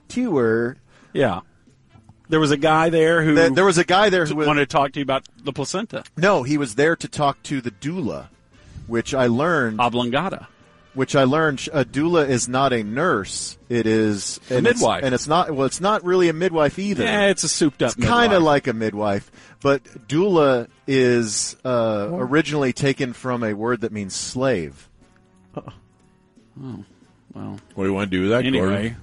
[SPEAKER 6] tour.
[SPEAKER 2] Yeah. There was a guy there who
[SPEAKER 6] There, there was a guy there who was,
[SPEAKER 2] wanted to talk to you about the placenta
[SPEAKER 6] no, he was there to talk to the doula, which I learned.
[SPEAKER 2] oblongata.
[SPEAKER 6] which I learned a doula is not a nurse. It is and it's-
[SPEAKER 2] midwife.
[SPEAKER 6] and it's not well. It's not really a midwife either.
[SPEAKER 2] Yeah, it's a souped up.
[SPEAKER 6] kind
[SPEAKER 2] midwife.
[SPEAKER 6] of like a midwife, but doula is uh, originally taken from a word that means slave.
[SPEAKER 1] What do you want to do with that,
[SPEAKER 2] anyway.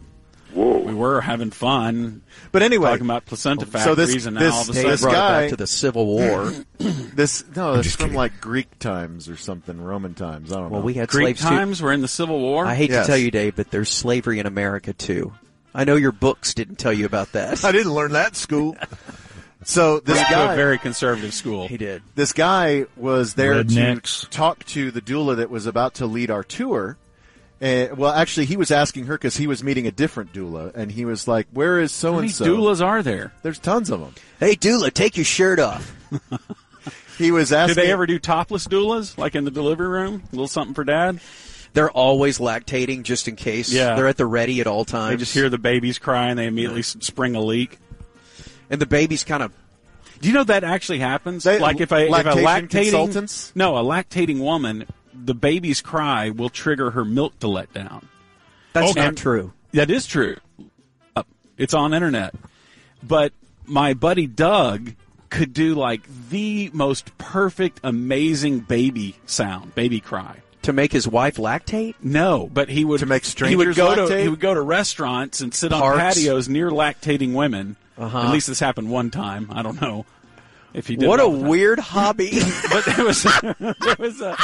[SPEAKER 2] Whoa. We were having fun
[SPEAKER 6] But anyway,
[SPEAKER 2] talking about placenta factories,
[SPEAKER 6] so this-
[SPEAKER 2] and
[SPEAKER 6] this-
[SPEAKER 2] now all of a
[SPEAKER 6] hey,
[SPEAKER 4] They
[SPEAKER 2] sudden
[SPEAKER 6] this
[SPEAKER 4] brought it
[SPEAKER 6] guy-
[SPEAKER 4] back to the Civil War.
[SPEAKER 6] this no, it's from like Greek times or something, Roman times. I don't
[SPEAKER 4] well,
[SPEAKER 6] know.
[SPEAKER 4] we had
[SPEAKER 2] Greek
[SPEAKER 4] slaves too.
[SPEAKER 2] times were in the Civil War.
[SPEAKER 4] I hate
[SPEAKER 6] Yes.
[SPEAKER 4] to tell you, Dave, but there's slavery in America too. I know your books didn't tell you about that.
[SPEAKER 6] I didn't learn that in school. so this
[SPEAKER 2] Went to
[SPEAKER 6] guy,
[SPEAKER 2] a very conservative school.
[SPEAKER 4] he did.
[SPEAKER 6] this guy was there to
[SPEAKER 5] Rednecks.
[SPEAKER 6] talk to the doula that was about to lead our tour. Uh, well, actually, he was asking her because he was meeting a different doula, and he was like, "Where is so
[SPEAKER 2] How many
[SPEAKER 6] and so?"
[SPEAKER 2] doulas are there?
[SPEAKER 6] There's tons of them.
[SPEAKER 4] Hey, doula, take your shirt off.
[SPEAKER 6] He was
[SPEAKER 2] Did
[SPEAKER 6] asking.
[SPEAKER 2] they ever do topless doulas, like in the delivery room? A little something for dad?
[SPEAKER 4] They're always lactating just in case.
[SPEAKER 2] Yeah.
[SPEAKER 4] They're at the ready at all times.
[SPEAKER 2] They just hear the babies cry and they immediately s- spring a leak.
[SPEAKER 4] and the baby's kind of
[SPEAKER 2] Do you know that actually happens?
[SPEAKER 6] They-
[SPEAKER 2] like if I if a
[SPEAKER 6] lactation
[SPEAKER 2] lactating
[SPEAKER 6] consultants?
[SPEAKER 2] no a lactating woman, the baby's cry will trigger her milk to let down.
[SPEAKER 4] that's
[SPEAKER 2] Okay.
[SPEAKER 4] not true.
[SPEAKER 2] That is true. Up. It's on internet. But my buddy Doug could do like the most perfect, amazing baby sound, baby cry.
[SPEAKER 4] To make his wife lactate?
[SPEAKER 2] No, but he would
[SPEAKER 6] To make
[SPEAKER 2] he would
[SPEAKER 6] strangers
[SPEAKER 2] go to
[SPEAKER 6] lactate?
[SPEAKER 2] he would go to restaurants and sit on
[SPEAKER 4] Parks.
[SPEAKER 2] patios near lactating women.
[SPEAKER 6] Uh-huh.
[SPEAKER 2] At least this happened one time. I don't know if he did.
[SPEAKER 4] What
[SPEAKER 2] it
[SPEAKER 4] a
[SPEAKER 2] all the time.
[SPEAKER 4] weird hobby.
[SPEAKER 2] But there was there was a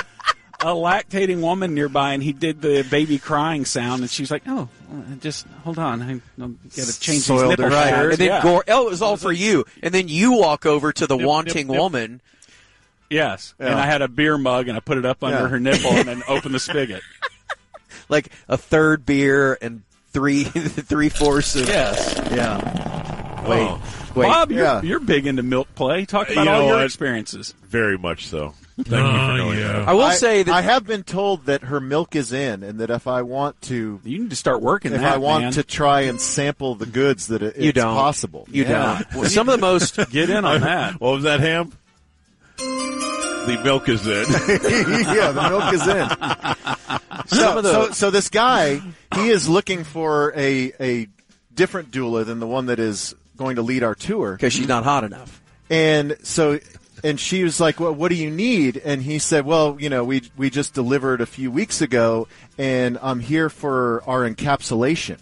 [SPEAKER 2] a lactating woman nearby, and he did the baby crying sound, and she was like, "Oh, uh, just hold on, I got to change these
[SPEAKER 6] Soiled
[SPEAKER 2] nipple
[SPEAKER 6] her Right.
[SPEAKER 2] pads."
[SPEAKER 4] And then
[SPEAKER 2] yeah.
[SPEAKER 4] Gore, oh, it was all for you. And then you walk over to the
[SPEAKER 2] Nip,
[SPEAKER 4] wanting
[SPEAKER 2] nip, nip.
[SPEAKER 4] woman.
[SPEAKER 2] Yes, and
[SPEAKER 6] Yeah.
[SPEAKER 2] I had a beer mug, and I put it up under
[SPEAKER 6] Yeah.
[SPEAKER 2] her nipple, and then opened the spigot.
[SPEAKER 4] like a third beer and three three fourths of
[SPEAKER 2] Yes,
[SPEAKER 4] yeah. Wait,
[SPEAKER 1] Oh,
[SPEAKER 4] wait.
[SPEAKER 2] Bob, you're,
[SPEAKER 6] yeah.
[SPEAKER 2] you're big into milk play. Talk about
[SPEAKER 1] You
[SPEAKER 2] all
[SPEAKER 1] know
[SPEAKER 2] your
[SPEAKER 1] what?
[SPEAKER 2] experiences.
[SPEAKER 1] Very much so. Thank you for knowing that.
[SPEAKER 4] I will
[SPEAKER 6] I,
[SPEAKER 4] say that
[SPEAKER 6] I have been told that her milk is in, and that if I want to,
[SPEAKER 2] You need to start working.
[SPEAKER 6] if
[SPEAKER 2] that,
[SPEAKER 6] I want
[SPEAKER 2] man.
[SPEAKER 6] to try and sample the goods, that it,
[SPEAKER 4] you
[SPEAKER 6] it's
[SPEAKER 4] don't
[SPEAKER 6] possible.
[SPEAKER 4] You don't. Well, Some of the most
[SPEAKER 2] get in on that.
[SPEAKER 1] What was that ham? The milk is in.
[SPEAKER 6] yeah, the milk is in. So, so, so this guy, he is looking for a a different doula than the one that is going to lead our tour.
[SPEAKER 4] because she's not hot enough.
[SPEAKER 6] And so, and she was like, "Well, what do you need?" And he said, "Well, you know, we we just delivered a few weeks ago, and I'm here for our encapsulation."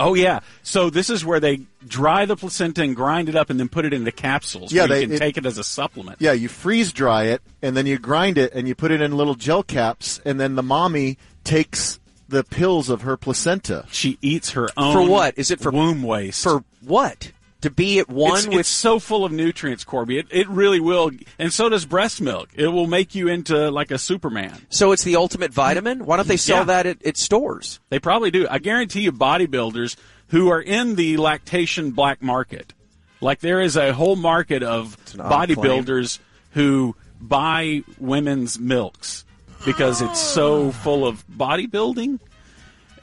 [SPEAKER 2] Oh yeah. So this is where they dry the placenta and grind it up and then put it into capsules.
[SPEAKER 6] Yeah,
[SPEAKER 2] where
[SPEAKER 6] they-
[SPEAKER 2] you can
[SPEAKER 6] it-
[SPEAKER 2] take it as a supplement.
[SPEAKER 6] Yeah, you freeze dry it, and then you grind it, and you put it in little gel caps, and then the mommy takes the pills of her placenta.
[SPEAKER 2] She eats her own.
[SPEAKER 4] For what? Is it for-
[SPEAKER 2] womb waste?
[SPEAKER 4] For what? To be at one
[SPEAKER 2] it's,
[SPEAKER 4] with
[SPEAKER 2] it's so full of nutrients, Corby. It, it really will, and so does breast milk. It will make you into like a Superman.
[SPEAKER 4] so it's the ultimate vitamin. Why don't they sell
[SPEAKER 2] Yeah.
[SPEAKER 4] that at, at stores?
[SPEAKER 2] They probably do. I guarantee you, bodybuilders who are in the lactation black market, like there is a whole market of
[SPEAKER 4] an odd
[SPEAKER 2] bodybuilders who buy women's milks because it's so full of bodybuilding.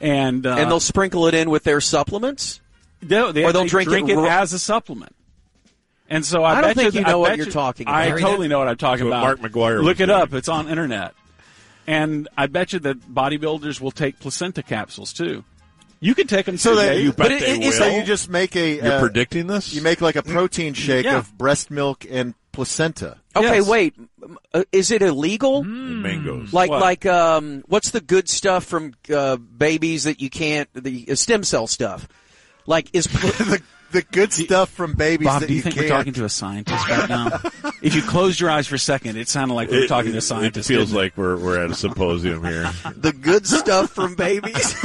[SPEAKER 2] And, uh,
[SPEAKER 4] and they'll sprinkle it in with their supplements.
[SPEAKER 2] they'll, they,
[SPEAKER 4] or they'll
[SPEAKER 2] they
[SPEAKER 4] drink
[SPEAKER 2] drink,
[SPEAKER 4] it
[SPEAKER 2] it,
[SPEAKER 4] raw-
[SPEAKER 2] as a supplement. And so I,
[SPEAKER 4] I don't
[SPEAKER 2] bet
[SPEAKER 4] think
[SPEAKER 2] you,
[SPEAKER 4] you
[SPEAKER 2] I
[SPEAKER 4] know what
[SPEAKER 2] bet
[SPEAKER 4] you're
[SPEAKER 2] you-
[SPEAKER 4] talking
[SPEAKER 2] I
[SPEAKER 4] about.
[SPEAKER 2] totally know what I'm talking
[SPEAKER 1] what
[SPEAKER 2] about.
[SPEAKER 1] Mark McGwire was
[SPEAKER 2] Look it
[SPEAKER 1] doing.
[SPEAKER 2] up. It's on internet. And I bet you that bodybuilders will take placenta capsules too. You can take them.
[SPEAKER 6] So
[SPEAKER 2] too,
[SPEAKER 6] they-
[SPEAKER 2] Dave.
[SPEAKER 6] you
[SPEAKER 1] bet
[SPEAKER 4] it-
[SPEAKER 1] they
[SPEAKER 4] it- it's
[SPEAKER 1] will.
[SPEAKER 6] So you just make a
[SPEAKER 1] You're
[SPEAKER 6] uh,
[SPEAKER 1] predicting this?
[SPEAKER 6] you make like a protein shake
[SPEAKER 2] Yeah.
[SPEAKER 6] of breast milk and placenta.
[SPEAKER 4] Okay,
[SPEAKER 2] Yes. Hmm?
[SPEAKER 4] wait. M- uh, Is it illegal?
[SPEAKER 1] mangoes.
[SPEAKER 4] Like
[SPEAKER 2] What?
[SPEAKER 4] like um, what's the good stuff from uh, babies that you can't the uh, stem cell stuff? Like is
[SPEAKER 6] The, the good stuff from babies
[SPEAKER 2] Bob,
[SPEAKER 6] that
[SPEAKER 2] do you,
[SPEAKER 6] you,
[SPEAKER 2] think
[SPEAKER 6] can't.
[SPEAKER 2] we're talking to a scientist right now? if you closed your eyes for a second, it sounded like we were
[SPEAKER 1] It-
[SPEAKER 2] talking to a
[SPEAKER 1] it-
[SPEAKER 2] scientist.
[SPEAKER 1] It feels
[SPEAKER 2] didn't
[SPEAKER 1] like we're, we're at a symposium here.
[SPEAKER 4] the good stuff from babies?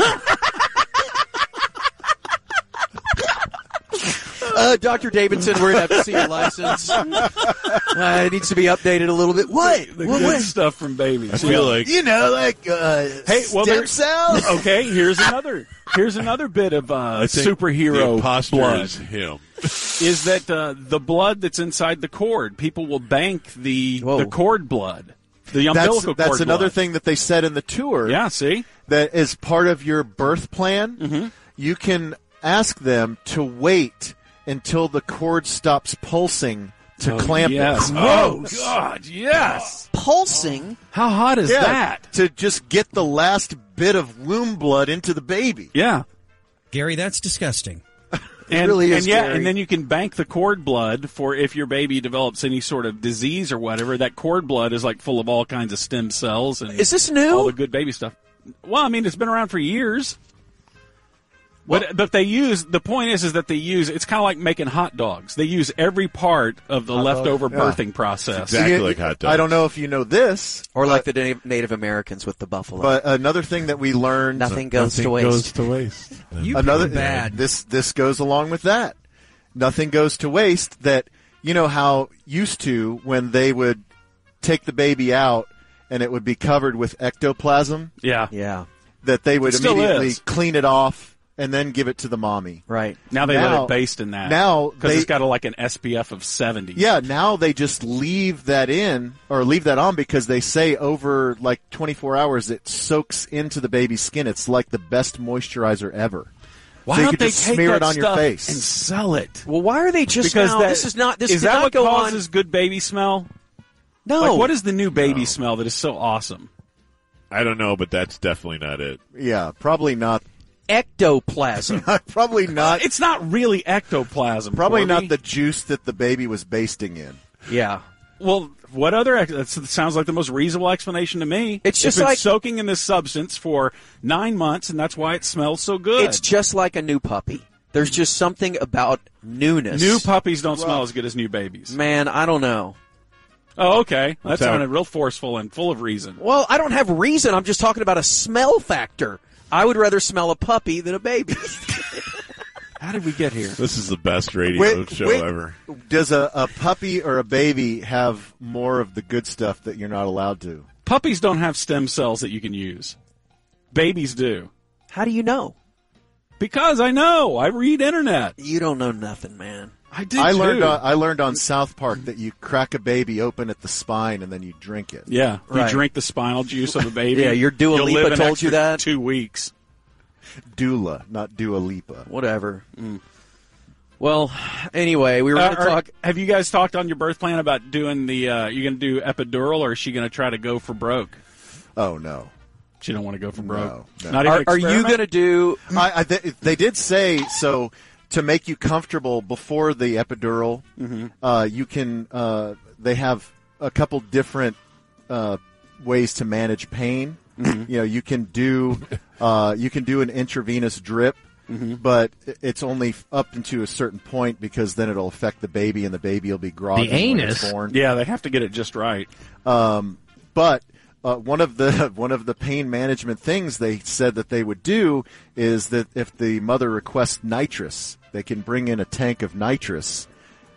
[SPEAKER 4] uh, Dr. Davidson, we're going to have to see your license. Uh, it needs to be updated a little bit. What?
[SPEAKER 2] The
[SPEAKER 4] What-
[SPEAKER 2] good
[SPEAKER 4] what?
[SPEAKER 2] stuff from babies.
[SPEAKER 1] I feel like
[SPEAKER 6] you know, like uh,
[SPEAKER 2] Hey, well,
[SPEAKER 6] stem
[SPEAKER 2] there-
[SPEAKER 6] cells.
[SPEAKER 2] okay, here's another here's another bit of uh,
[SPEAKER 1] I think the
[SPEAKER 2] superhero
[SPEAKER 1] imposter
[SPEAKER 2] blood.
[SPEAKER 1] is him.
[SPEAKER 2] is that uh, the blood that's inside the cord. People will bank the
[SPEAKER 4] Whoa.
[SPEAKER 2] the cord blood, the
[SPEAKER 6] That's
[SPEAKER 2] umbilical
[SPEAKER 6] that's
[SPEAKER 2] cord.
[SPEAKER 6] another
[SPEAKER 2] blood.
[SPEAKER 6] thing that they said in the tour.
[SPEAKER 2] Yeah, see,
[SPEAKER 6] that is part of your birth plan, you can ask them to wait until the cord stops pulsing to clamp
[SPEAKER 2] yes.
[SPEAKER 6] it.
[SPEAKER 2] Oh God, yes.
[SPEAKER 4] Pulsing?
[SPEAKER 2] How hot is
[SPEAKER 6] Yeah,
[SPEAKER 2] that?
[SPEAKER 6] To just get the last bit of womb blood into the baby.
[SPEAKER 2] Yeah.
[SPEAKER 7] Gary, that's disgusting.
[SPEAKER 2] And,
[SPEAKER 6] really is
[SPEAKER 2] and yeah,
[SPEAKER 6] scary.
[SPEAKER 2] and then you can bank the cord blood for if your baby develops any sort of disease or whatever. That cord blood is like full of all kinds of stem cells and
[SPEAKER 4] Is this new?
[SPEAKER 2] all the good baby stuff. Well, I mean, it's been around for years. But, but they use the point is is that they use it's kind of like making hot dogs. They use every part of the leftover birthing process.
[SPEAKER 1] Exactly
[SPEAKER 6] You-
[SPEAKER 1] like hot dogs.
[SPEAKER 6] I don't know if you know this,
[SPEAKER 4] Or like the Na- Native Americans with the buffalo.
[SPEAKER 6] but another thing that we learned
[SPEAKER 4] Nothing goes to waste.
[SPEAKER 9] goes to waste.
[SPEAKER 7] You
[SPEAKER 6] another
[SPEAKER 7] people are bad.
[SPEAKER 6] This this goes along with that. Nothing goes to waste. That you know how used to when they would take the baby out and it would be covered with ectoplasm.
[SPEAKER 2] Yeah.
[SPEAKER 4] yeah,
[SPEAKER 6] that they would
[SPEAKER 2] It still
[SPEAKER 6] immediately
[SPEAKER 2] is.
[SPEAKER 6] clean it off and then give it to the mommy.
[SPEAKER 4] right.
[SPEAKER 2] Now they let
[SPEAKER 6] Now-
[SPEAKER 2] it based in that.
[SPEAKER 6] now
[SPEAKER 2] because
[SPEAKER 6] they-
[SPEAKER 2] it's got a, like an SPF of seventy.
[SPEAKER 6] Yeah, now they just leave that in or leave that on because they say over like 24 hours it soaks into the baby's skin. It's like the best moisturizer ever.
[SPEAKER 2] Why
[SPEAKER 6] So you
[SPEAKER 2] don't
[SPEAKER 6] could
[SPEAKER 2] they
[SPEAKER 6] just
[SPEAKER 2] take
[SPEAKER 6] smear
[SPEAKER 2] that
[SPEAKER 6] it on your
[SPEAKER 2] stuff
[SPEAKER 6] face.
[SPEAKER 2] and sell it?
[SPEAKER 4] Well, why are they just
[SPEAKER 2] Because
[SPEAKER 4] now?
[SPEAKER 2] that,
[SPEAKER 4] this is not. This
[SPEAKER 2] is
[SPEAKER 4] did
[SPEAKER 2] that
[SPEAKER 4] not
[SPEAKER 2] what
[SPEAKER 4] go
[SPEAKER 2] causes
[SPEAKER 4] on.
[SPEAKER 2] good baby smell?
[SPEAKER 4] No.
[SPEAKER 2] Like, what is the new baby smell that is so awesome?
[SPEAKER 1] I don't know, but that's definitely not it.
[SPEAKER 6] Yeah, probably not.
[SPEAKER 4] ectoplasm?
[SPEAKER 6] Probably not.
[SPEAKER 2] It's not really ectoplasm.
[SPEAKER 6] Probably
[SPEAKER 2] Corby.
[SPEAKER 6] not the juice that the baby was basting in.
[SPEAKER 4] yeah.
[SPEAKER 2] Well, what other? ex- That sounds like the most reasonable explanation to me.
[SPEAKER 4] It's
[SPEAKER 2] If
[SPEAKER 4] just like-
[SPEAKER 2] soaking in this substance for nine months, and that's why it smells so good.
[SPEAKER 4] It's just like a new puppy. There's just something about newness.
[SPEAKER 2] new puppies don't smell as good as new babies.
[SPEAKER 4] Man, I don't know.
[SPEAKER 2] Oh, okay, that
[SPEAKER 1] how-
[SPEAKER 2] sounded real forceful and full of reason.
[SPEAKER 4] Well, I don't have reason. I'm just talking about a smell factor. I would rather smell a puppy than a baby.
[SPEAKER 2] How did we get here?
[SPEAKER 1] This is the best radio
[SPEAKER 6] Wait,
[SPEAKER 1] show
[SPEAKER 6] wait.
[SPEAKER 1] ever.
[SPEAKER 6] Does a, a puppy or a baby have more of the good stuff that you're not allowed to?
[SPEAKER 2] Puppies don't have stem cells that you can use. Babies do.
[SPEAKER 4] How do you know?
[SPEAKER 2] Because I know. I read internet.
[SPEAKER 4] You don't know nothing, man.
[SPEAKER 2] I did.
[SPEAKER 6] I
[SPEAKER 2] too.
[SPEAKER 6] learned uh, on, I learned on South Park that you crack a baby open at the spine and then you drink it.
[SPEAKER 2] Yeah,
[SPEAKER 4] Right.
[SPEAKER 2] you drink the spinal juice of a baby.
[SPEAKER 4] Yeah, your Dua
[SPEAKER 2] You'll
[SPEAKER 4] Lipa
[SPEAKER 2] live an
[SPEAKER 4] told
[SPEAKER 2] extra
[SPEAKER 4] you that.
[SPEAKER 2] two weeks.
[SPEAKER 6] Doula, not Dua Lipa.
[SPEAKER 4] Whatever. Mm. Well, anyway, we were
[SPEAKER 2] Uh,
[SPEAKER 4] going to
[SPEAKER 2] are-
[SPEAKER 4] talk.
[SPEAKER 2] have you guys talked on your birth plan about doing the? Uh, you going to do epidural, or is she going to try to go for broke?
[SPEAKER 6] Oh no.
[SPEAKER 2] She don't want to go for broke.
[SPEAKER 6] no.
[SPEAKER 2] Not even
[SPEAKER 4] Are, are you
[SPEAKER 2] experiment?
[SPEAKER 4] going to do?
[SPEAKER 6] I, I th- they did say so to make you comfortable before the epidural. Uh, you can. Uh, they have a couple different uh, ways to manage pain. You know, you can do uh, you can do an intravenous drip. But i- it's only f- up into a certain point because then it'll affect the baby, and the baby will be groggy
[SPEAKER 9] The
[SPEAKER 6] when
[SPEAKER 9] anus.
[SPEAKER 6] it's born.
[SPEAKER 2] Yeah, they have to get it just right.
[SPEAKER 6] But uh, one of the one of the pain management things they said that they would do is that if the mother requests nitrous, they can bring in a tank of nitrous,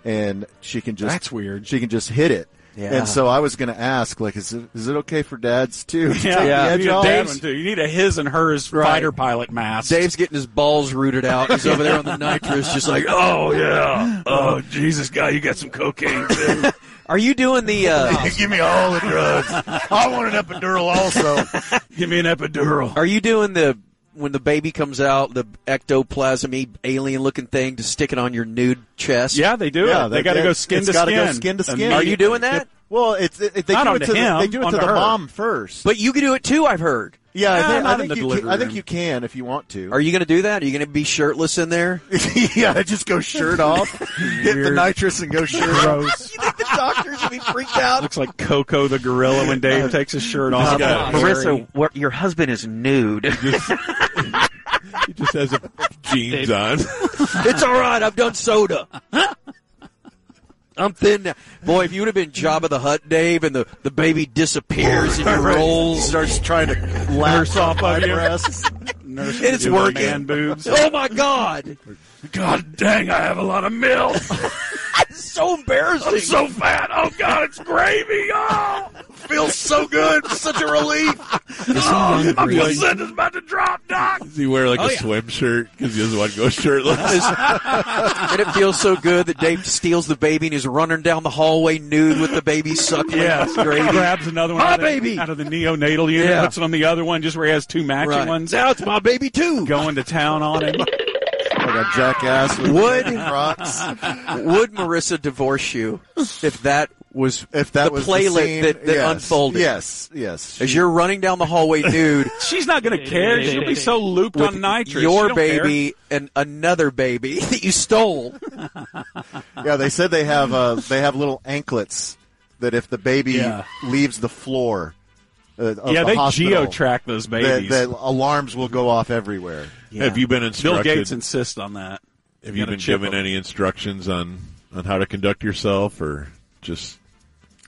[SPEAKER 6] and she can just
[SPEAKER 2] That's weird.
[SPEAKER 6] She can just hit it.
[SPEAKER 4] Yeah.
[SPEAKER 6] And so I was going to ask, like, is it, is it okay for dads too? to take the
[SPEAKER 2] you
[SPEAKER 6] edge
[SPEAKER 2] need a
[SPEAKER 6] off?
[SPEAKER 2] dad one too. You need a his and hers fighter pilot mask.
[SPEAKER 4] Dave's getting his balls rooted out. He's over there on the nitrous, just like, oh yeah.
[SPEAKER 2] oh Jesus, guy, you got some cocaine. too.
[SPEAKER 4] Are you doing the? Uh,
[SPEAKER 6] Give me all the drugs. I want an epidural also.
[SPEAKER 2] Give me an epidural.
[SPEAKER 4] are you doing the? When the baby comes out, the ectoplasmy alien-looking thing to stick it on your nude chest.
[SPEAKER 2] Yeah, they do.
[SPEAKER 6] Yeah,
[SPEAKER 2] it.
[SPEAKER 6] they-
[SPEAKER 2] They got to
[SPEAKER 6] they-
[SPEAKER 2] go skin
[SPEAKER 6] it's
[SPEAKER 2] to
[SPEAKER 6] gotta
[SPEAKER 2] skin.
[SPEAKER 6] go skin to skin.
[SPEAKER 4] Are you doing that?
[SPEAKER 6] Well, it's it, they
[SPEAKER 2] Not
[SPEAKER 6] do it
[SPEAKER 2] onto
[SPEAKER 6] to
[SPEAKER 2] him,
[SPEAKER 6] the, they do it to
[SPEAKER 2] onto
[SPEAKER 6] the
[SPEAKER 2] her.
[SPEAKER 6] mom first.
[SPEAKER 4] But you can do it too. I've heard.
[SPEAKER 6] yeah, I
[SPEAKER 2] Ah,
[SPEAKER 6] think,
[SPEAKER 2] not
[SPEAKER 6] I
[SPEAKER 2] in
[SPEAKER 6] think
[SPEAKER 2] the
[SPEAKER 6] you can, I
[SPEAKER 2] delivery
[SPEAKER 6] think
[SPEAKER 2] room.
[SPEAKER 6] you can if you want to.
[SPEAKER 4] Are you going to do that? Are you going to be shirtless in there?
[SPEAKER 6] yeah, just go shirt off, hit the nitrous, and go shirt off.
[SPEAKER 4] you think the doctors will be freaked out?
[SPEAKER 2] Looks like Coco the gorilla when Dave takes his shirt off.
[SPEAKER 1] got-
[SPEAKER 4] Marissa, what, your husband is nude.
[SPEAKER 1] He just has a jeans on.
[SPEAKER 4] it's all right. I've done soda. I'm thin now. Boy, if you would have been Jabba the Hutt, Dave, and the, the baby disappears and your rolls.
[SPEAKER 6] starts trying to lash off my breasts.
[SPEAKER 2] nurse.
[SPEAKER 4] And it's
[SPEAKER 2] doing
[SPEAKER 4] working.
[SPEAKER 2] Man boobs.
[SPEAKER 4] Oh my god!
[SPEAKER 2] God dang! I have a lot of milk.
[SPEAKER 4] It's so embarrassing.
[SPEAKER 2] so fat. Oh God, it's gravy. Oh,
[SPEAKER 4] feels so good. Such a relief.
[SPEAKER 7] Is he hungry?
[SPEAKER 2] is about to drop, Doc.
[SPEAKER 1] Does he wear like
[SPEAKER 7] Oh,
[SPEAKER 1] a
[SPEAKER 7] yeah.
[SPEAKER 1] swim shirt because he doesn't want to go shirtless?
[SPEAKER 4] and it feels so good that Dave steals the baby and is running down the hallway nude with the baby suckling.
[SPEAKER 2] Yeah,
[SPEAKER 4] It's great.
[SPEAKER 2] grabs another one
[SPEAKER 4] My
[SPEAKER 2] out, of,
[SPEAKER 4] baby!
[SPEAKER 2] out of the neonatal unit,
[SPEAKER 4] Yeah.
[SPEAKER 2] puts it on the other one, just where he has two matching
[SPEAKER 4] Right.
[SPEAKER 2] ones.
[SPEAKER 4] Now it's my baby too.
[SPEAKER 2] Going to town on him.
[SPEAKER 6] Like a jackass with
[SPEAKER 4] Would-
[SPEAKER 6] rocks.
[SPEAKER 4] Would Marissa divorce you if that was
[SPEAKER 6] If that
[SPEAKER 4] the
[SPEAKER 6] was
[SPEAKER 4] playlet
[SPEAKER 6] the scene,
[SPEAKER 4] that, that
[SPEAKER 6] yes,
[SPEAKER 4] unfolded?
[SPEAKER 6] Yes, yes.
[SPEAKER 4] As you're running down the hallway nude
[SPEAKER 2] She's not going to care. She'll be so looped
[SPEAKER 4] with
[SPEAKER 2] on nitrous. She
[SPEAKER 4] your
[SPEAKER 2] don't care.
[SPEAKER 4] baby and another baby that you stole.
[SPEAKER 6] Yeah, they said they have uh, they have little anklets that if the baby
[SPEAKER 2] Yeah.
[SPEAKER 6] leaves the floor, uh, of
[SPEAKER 2] Yeah,
[SPEAKER 6] the
[SPEAKER 2] they
[SPEAKER 6] hospital,
[SPEAKER 2] geo-track those
[SPEAKER 6] that,
[SPEAKER 2] babies.
[SPEAKER 6] that alarms will go off everywhere.
[SPEAKER 1] Have you been
[SPEAKER 2] Bill
[SPEAKER 1] instructed?
[SPEAKER 2] Gates insists on that.
[SPEAKER 1] have you
[SPEAKER 2] gotta
[SPEAKER 1] been
[SPEAKER 2] chip
[SPEAKER 1] given
[SPEAKER 2] 'em.
[SPEAKER 1] any instructions on on how to conduct yourself, or just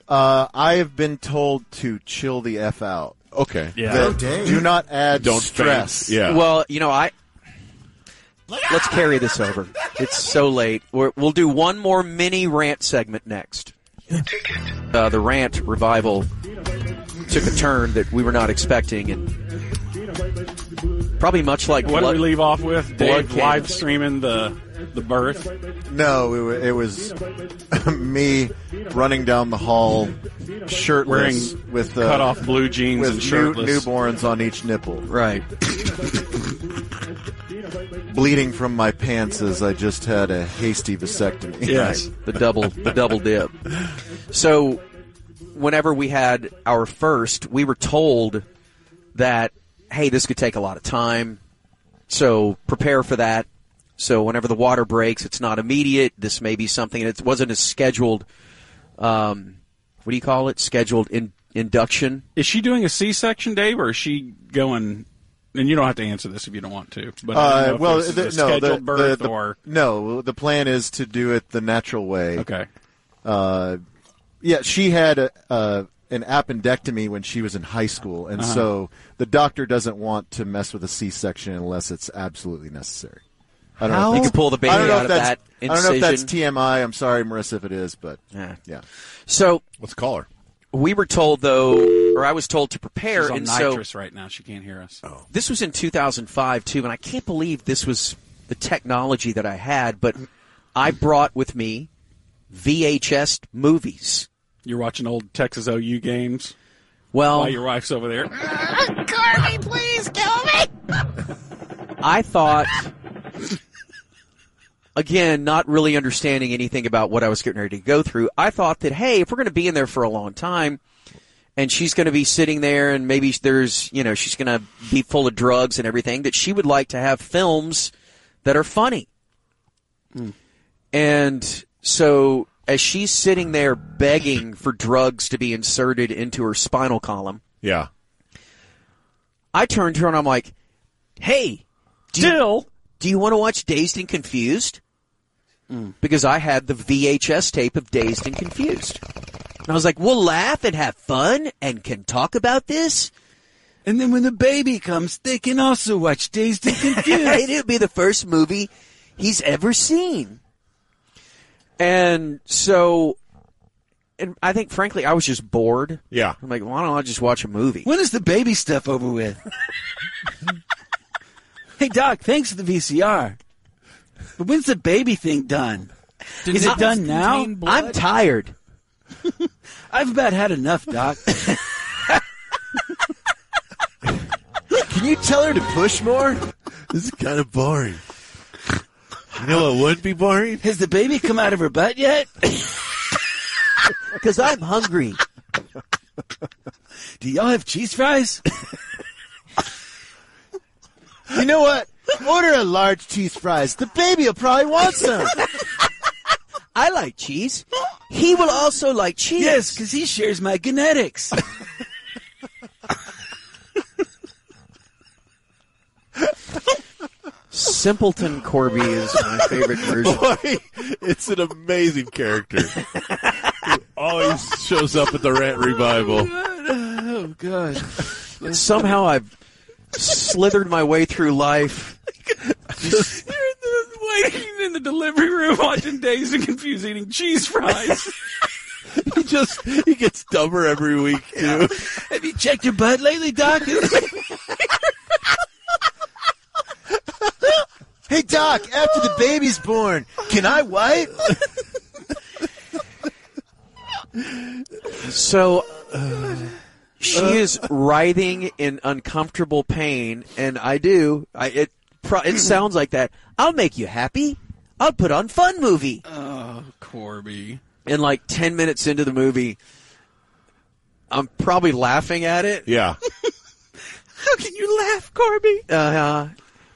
[SPEAKER 6] Uh, I have been told to chill the f out.
[SPEAKER 1] okay?
[SPEAKER 2] Yeah.
[SPEAKER 6] That do not add
[SPEAKER 1] Don't
[SPEAKER 6] stress.
[SPEAKER 1] faint. Yeah.
[SPEAKER 4] Well, you know, I let's carry this over. It's so late. We're, we'll do one more mini rant segment next. Uh, the rant revival took a turn that we were not expecting, and probably much like
[SPEAKER 2] What do
[SPEAKER 4] blood,
[SPEAKER 2] we leave off with? Dave
[SPEAKER 4] cake.
[SPEAKER 2] live streaming the the birth.
[SPEAKER 6] No, it, wa- it was me running down the hall, shirtless,
[SPEAKER 2] Wearing
[SPEAKER 6] with uh,
[SPEAKER 2] Cut off blue jeans
[SPEAKER 6] with
[SPEAKER 2] and
[SPEAKER 6] new,
[SPEAKER 2] shirtless.
[SPEAKER 6] newborns on each nipple,
[SPEAKER 4] right.
[SPEAKER 6] bleeding from my pants as I just had a hasty vasectomy.
[SPEAKER 2] Yes.
[SPEAKER 4] the double the double dip. So whenever we had our first, we were told that hey, this could take a lot of time. So prepare for that. So whenever the water breaks, it's not immediate. This may be something and it wasn't as scheduled um what do you call it? Scheduled in, induction.
[SPEAKER 2] Is she doing a C-section, Dave, or is she going? And you don't have to answer this if you don't want to. But I don't know
[SPEAKER 6] Uh,
[SPEAKER 2] if
[SPEAKER 6] well,
[SPEAKER 2] this is
[SPEAKER 6] the,
[SPEAKER 2] a
[SPEAKER 6] no,
[SPEAKER 2] scheduled
[SPEAKER 6] the,
[SPEAKER 2] birth
[SPEAKER 6] the, the,
[SPEAKER 2] or
[SPEAKER 6] no. The plan is to do it the natural way.
[SPEAKER 2] okay.
[SPEAKER 6] Uh, yeah, she had a, uh, an appendectomy when she was in high school,
[SPEAKER 4] Uh-huh.
[SPEAKER 6] and so the doctor doesn't want to mess with a C-section unless it's absolutely necessary. I don't know.
[SPEAKER 4] You can
[SPEAKER 6] if
[SPEAKER 4] pull the baby
[SPEAKER 6] I don't know
[SPEAKER 4] out
[SPEAKER 6] if
[SPEAKER 4] of
[SPEAKER 6] that's,
[SPEAKER 4] that
[SPEAKER 6] I don't know if that's
[SPEAKER 4] incision.
[SPEAKER 6] TMI. I'm sorry, Marissa, if it is, but
[SPEAKER 4] Yeah.
[SPEAKER 6] yeah.
[SPEAKER 4] So
[SPEAKER 1] Let's call her.
[SPEAKER 4] we were told though or I was told to prepare
[SPEAKER 2] She's on
[SPEAKER 4] and so
[SPEAKER 2] nitrous right now. She can't hear us.
[SPEAKER 6] Oh.
[SPEAKER 4] this was in 2005 too, and I can't believe this was the technology that I had, but I brought with me VHS movies.
[SPEAKER 2] You're watching old Texas OU games
[SPEAKER 4] Well,
[SPEAKER 8] Oh.
[SPEAKER 2] while your wife's over there.
[SPEAKER 3] Carly, please kill me.
[SPEAKER 4] I thought, again, not really understanding anything about what I was getting ready to go through. I thought that, hey, if we're going to be in there for a long time, and she's going to be sitting there, and maybe there's, you know, she's going to be full of drugs and everything, that she would like to have films that are funny. And so, as she's sitting there begging for drugs to be inserted into her spinal column,
[SPEAKER 1] Yeah.
[SPEAKER 4] I turned to her and I'm like, "Hey, do you, do you want to watch Dazed and Confused?"
[SPEAKER 6] Hmm.
[SPEAKER 4] Because I had the VHS tape of Dazed and Confused, and I was like, "We'll laugh and have fun and can talk about this."
[SPEAKER 8] And then when the baby comes, they can also watch Dazed and Confused.
[SPEAKER 4] It'll be the first movie he's ever seen. And so, and I think, frankly, I was just bored.
[SPEAKER 1] Yeah.
[SPEAKER 4] I'm like, why don't I just watch a movie?
[SPEAKER 8] when is the baby stuff over with? hey, Doc, thanks for the VCR. But when's the baby thing done? Is it done now?
[SPEAKER 4] I'm tired.
[SPEAKER 8] I've about had enough, Doc.
[SPEAKER 6] Can you tell her to push more?
[SPEAKER 1] This is kind of boring. You know what would be boring?
[SPEAKER 8] Has the baby come out of her butt yet?
[SPEAKER 4] Because I'm hungry.
[SPEAKER 8] Do y'all have cheese fries?
[SPEAKER 6] You know what? Order a large cheese fries. The baby will probably want some.
[SPEAKER 4] I like cheese. He will also like cheese.
[SPEAKER 8] Yes, because he shares my genetics.
[SPEAKER 4] Oh. Simpleton Corby is my favorite version.
[SPEAKER 1] Boy, it's an amazing character. Who Always shows up at the rant revival.
[SPEAKER 8] oh, God.
[SPEAKER 4] Somehow I've slithered my way through life.
[SPEAKER 2] You're in the, waiting in the delivery room watching Days and Confused eating cheese fries.
[SPEAKER 9] He just he gets dumber every week too.
[SPEAKER 8] Have you checked your butt lately, Doc?
[SPEAKER 6] Hey, Doc, after the baby's born, can I wipe?
[SPEAKER 4] So uh, she is writhing in uncomfortable pain, and I do. I, it pro- it sounds like that. I'll make you happy. I'll put on fun movie.
[SPEAKER 2] Corby.
[SPEAKER 4] And like ten minutes into the movie, I'm probably laughing at it.
[SPEAKER 1] Yeah.
[SPEAKER 4] How can you laugh, Corby? Uh,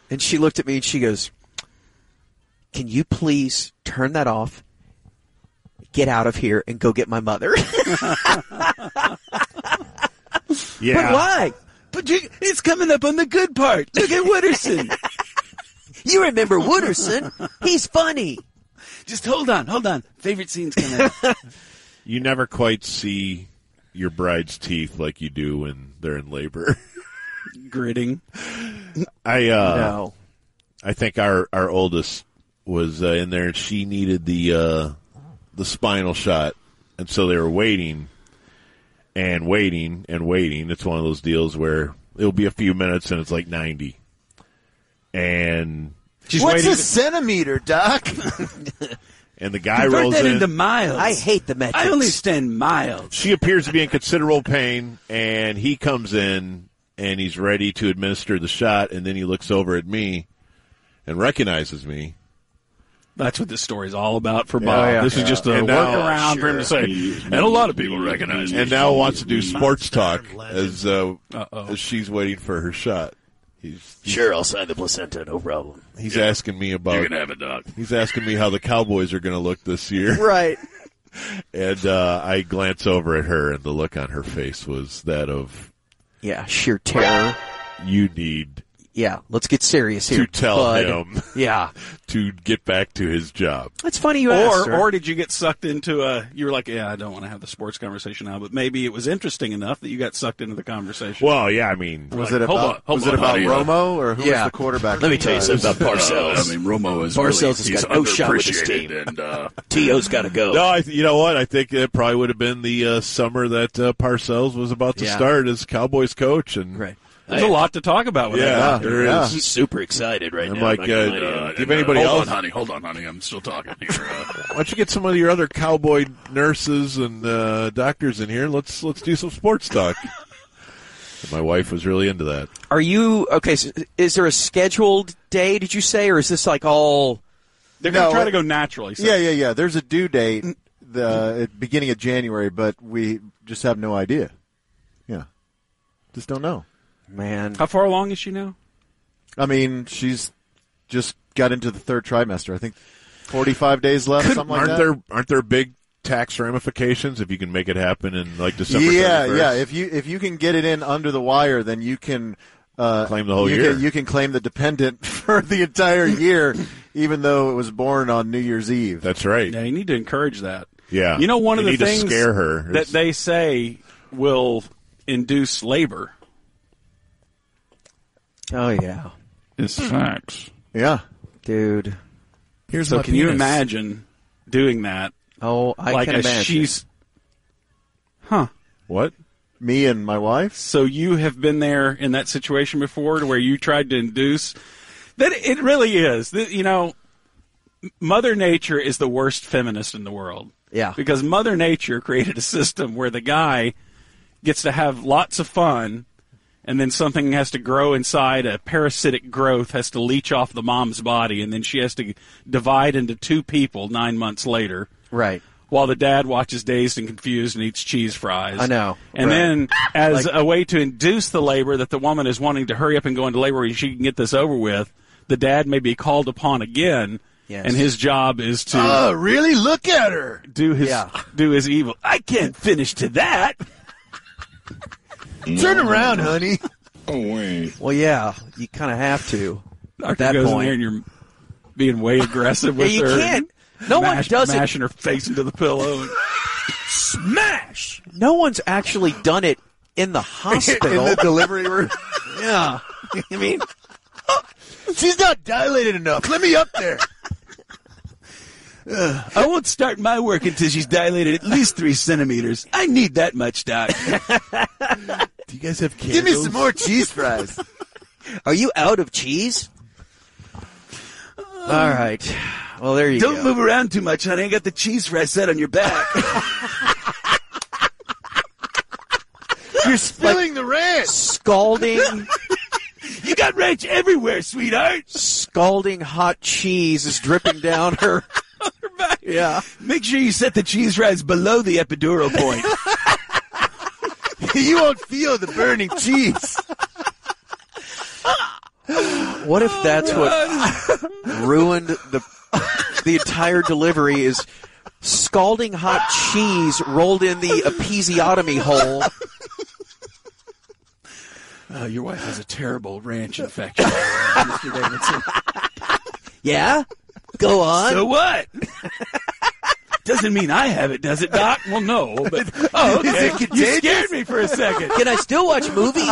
[SPEAKER 4] and she looked at me and she goes, "Can you please turn that off? Get out of here and go get my mother."
[SPEAKER 1] Yeah.
[SPEAKER 4] But why?
[SPEAKER 8] but you, it's coming up on the good part. Look at Wooderson.
[SPEAKER 4] You remember Wooderson? He's funny.
[SPEAKER 8] Just hold on, hold on. Favorite scenes coming up.
[SPEAKER 1] You never quite see your bride's teeth like you do when they're in labor.
[SPEAKER 2] Gritting.
[SPEAKER 1] I uh
[SPEAKER 4] No.
[SPEAKER 1] I think our our oldest was uh, in there and she needed the uh the spinal shot and so they were waiting and waiting and waiting. It's one of those deals where it'll be a few minutes and it's like 90. And
[SPEAKER 2] She's
[SPEAKER 6] What's
[SPEAKER 2] waiting.
[SPEAKER 6] a centimeter, Doc?
[SPEAKER 1] and the guy
[SPEAKER 8] Convert
[SPEAKER 1] rolls
[SPEAKER 8] that
[SPEAKER 1] in.
[SPEAKER 8] into miles.
[SPEAKER 4] I hate the metrics.
[SPEAKER 8] I only stand miles.
[SPEAKER 1] she appears to be in considerable pain, and he comes in and he's ready to administer the shot, and then he looks over at me and recognizes me.
[SPEAKER 2] That's what this story's all about for Bob.
[SPEAKER 6] yeah.
[SPEAKER 2] This is just a
[SPEAKER 1] And now-
[SPEAKER 2] workaround for him to say, and a lot of people recognize me.
[SPEAKER 1] And now wants to do sports talk as, uh, as she's waiting for her shot. He's,
[SPEAKER 9] Sure, I'll sign the placenta, no problem.
[SPEAKER 1] he's asking me about.
[SPEAKER 9] a dog.
[SPEAKER 1] He's asking me how the Cowboys are going to look this year,
[SPEAKER 4] Right.
[SPEAKER 1] and uh, I glance over at her, and the look on her face was that of
[SPEAKER 4] Yeah, sheer terror.
[SPEAKER 1] "You need
[SPEAKER 4] Yeah, let's get serious
[SPEAKER 1] to
[SPEAKER 4] here.
[SPEAKER 1] tell
[SPEAKER 4] bud.
[SPEAKER 1] him
[SPEAKER 4] Yeah.
[SPEAKER 1] to get back to his job."
[SPEAKER 4] It's funny you asked.
[SPEAKER 2] Or,
[SPEAKER 4] her.
[SPEAKER 2] or did you get sucked into a? You were like, yeah, I don't want to have the sports conversation now, but maybe it was interesting enough that you got sucked into the conversation.
[SPEAKER 1] Well, yeah, I mean,
[SPEAKER 6] Was
[SPEAKER 2] Like,
[SPEAKER 6] it about,
[SPEAKER 2] hold on, hold
[SPEAKER 6] was it
[SPEAKER 2] on,
[SPEAKER 6] about
[SPEAKER 2] honey.
[SPEAKER 6] Romo or who
[SPEAKER 4] Yeah.
[SPEAKER 6] was the quarterback?
[SPEAKER 9] Let me tell you
[SPEAKER 6] Uh,
[SPEAKER 9] something about Parcells.
[SPEAKER 10] I mean, Romo is
[SPEAKER 4] Parcells
[SPEAKER 10] really,
[SPEAKER 4] has
[SPEAKER 10] he's
[SPEAKER 4] got no shot with his
[SPEAKER 10] underappreciated,
[SPEAKER 4] team.
[SPEAKER 10] And, uh,
[SPEAKER 9] T.O.'s got to go.
[SPEAKER 1] No, I th- you know what? I think it probably would have been the uh, summer that uh, Parcells was about to
[SPEAKER 4] Yeah.
[SPEAKER 1] start as Cowboys coach, and
[SPEAKER 4] right.
[SPEAKER 2] There's a lot to talk about with
[SPEAKER 1] yeah,
[SPEAKER 2] that.
[SPEAKER 1] there
[SPEAKER 6] yeah.
[SPEAKER 1] is.
[SPEAKER 9] He's super excited right
[SPEAKER 1] I'm
[SPEAKER 9] now.
[SPEAKER 1] like,
[SPEAKER 9] not gonna
[SPEAKER 1] uh,
[SPEAKER 9] lie to you.
[SPEAKER 1] uh,
[SPEAKER 10] and,
[SPEAKER 1] If anybody
[SPEAKER 10] uh, hold
[SPEAKER 1] else-
[SPEAKER 10] on, honey, hold on, honey. I'm still talking here. Uh,
[SPEAKER 1] Why don't you get some of your other cowboy nurses and uh, doctors in here? Let's let's do some sports talk. And My wife was really into that.
[SPEAKER 4] Are you okay? So is there a scheduled day? Did you say, or is this like all?
[SPEAKER 2] They're going to
[SPEAKER 6] No,
[SPEAKER 2] try
[SPEAKER 6] it-
[SPEAKER 2] to go naturally. So
[SPEAKER 6] Yeah, yeah, yeah. There's a due date, the uh, at beginning of January, but we just have no idea. Yeah, just don't know.
[SPEAKER 4] Man,
[SPEAKER 2] How far along is she now?
[SPEAKER 6] I mean, she's just got into the third trimester. I think 45 days left, something like
[SPEAKER 1] aren't
[SPEAKER 6] that.
[SPEAKER 1] there aren't there big tax ramifications if you can make it happen in like December?
[SPEAKER 6] yeah,
[SPEAKER 1] 31st?
[SPEAKER 6] yeah. If you if you can get it in under the wire, then you can uh,
[SPEAKER 1] Claim the whole
[SPEAKER 6] you
[SPEAKER 1] year.
[SPEAKER 6] Can, you can claim the dependent for the entire year, even though it was born on New Year's Eve.
[SPEAKER 1] that's right.
[SPEAKER 2] Yeah, you need to encourage that.
[SPEAKER 1] Yeah.
[SPEAKER 2] You know, one
[SPEAKER 1] You
[SPEAKER 2] of the
[SPEAKER 1] need to
[SPEAKER 2] things
[SPEAKER 1] scare her.
[SPEAKER 2] that
[SPEAKER 1] It's-
[SPEAKER 2] they say will induce labor
[SPEAKER 4] oh yeah,
[SPEAKER 2] is sex.
[SPEAKER 6] Yeah.
[SPEAKER 4] dude.
[SPEAKER 7] Here's
[SPEAKER 2] So
[SPEAKER 7] my
[SPEAKER 2] can you
[SPEAKER 7] penis.
[SPEAKER 2] imagine doing that?
[SPEAKER 4] Oh, I
[SPEAKER 2] like
[SPEAKER 4] can
[SPEAKER 2] as
[SPEAKER 4] imagine.
[SPEAKER 2] she's. Huh.
[SPEAKER 1] What?
[SPEAKER 6] Me and my wife.
[SPEAKER 2] So you have been there in that situation before, to where you tried to induce. That it really is. That, You know, Mother Nature is the worst feminist in the world.
[SPEAKER 4] Yeah.
[SPEAKER 2] Because Mother Nature created a system where the guy gets to have lots of fun, and then something has to grow inside. A parasitic growth has to leech off the mom's body, and then she has to divide into two people nine months later
[SPEAKER 4] right.
[SPEAKER 2] while the dad watches dazed and confused and eats cheese fries.
[SPEAKER 4] I know.
[SPEAKER 2] And
[SPEAKER 4] Right.
[SPEAKER 2] then as a way to induce the labor that the woman is wanting to hurry up and go into labor where she can get this over with, the dad may be called upon again.
[SPEAKER 4] Yes.
[SPEAKER 2] And his job is to
[SPEAKER 6] Uh, really? Look at her.
[SPEAKER 2] do his
[SPEAKER 4] yeah.
[SPEAKER 2] do his evil. I can't finish to that.
[SPEAKER 6] Turn around, honey.
[SPEAKER 4] Well, yeah, you kind of have to
[SPEAKER 2] Doctor
[SPEAKER 4] at that
[SPEAKER 2] goes in
[SPEAKER 4] point.
[SPEAKER 2] there and you're being way aggressive
[SPEAKER 4] yeah,
[SPEAKER 2] with
[SPEAKER 4] you
[SPEAKER 2] her.
[SPEAKER 4] can't. No one
[SPEAKER 2] Mash-
[SPEAKER 4] does it.
[SPEAKER 2] mashing her face into the pillow.
[SPEAKER 4] No one's actually done it in the
[SPEAKER 6] In
[SPEAKER 4] hospital.
[SPEAKER 6] the delivery room.
[SPEAKER 4] yeah.
[SPEAKER 9] I mean, oh, she's not dilated enough. Let me up there.
[SPEAKER 8] Ugh, I won't start my work until she's dilated at least three centimeters. I need that much, Doc.
[SPEAKER 1] Do you guys have candles?
[SPEAKER 9] Give me some more cheese fries.
[SPEAKER 4] Are you out of cheese? All right. Well, there you
[SPEAKER 8] Don't
[SPEAKER 4] go.
[SPEAKER 8] move around too much, honey. I got the cheese fries set on your back.
[SPEAKER 9] You're spilling the ranch.
[SPEAKER 4] Scalding,
[SPEAKER 8] you got ranch everywhere, sweetheart.
[SPEAKER 4] scalding hot cheese is dripping down her. Yeah.
[SPEAKER 8] Make sure you set the cheese fries below the epidural point.
[SPEAKER 9] you won't feel the burning cheese.
[SPEAKER 4] What if that's what ruined the the entire delivery is scalding hot cheese rolled in the episiotomy hole.
[SPEAKER 8] Uh, your wife has a terrible ranch infection, Mr. Davidson.
[SPEAKER 4] Yeah? Go on.
[SPEAKER 8] So what? Doesn't mean I have it, does it, Doc? Well, no. But oh, okay. You scared me for a second.
[SPEAKER 4] Can I still watch movie?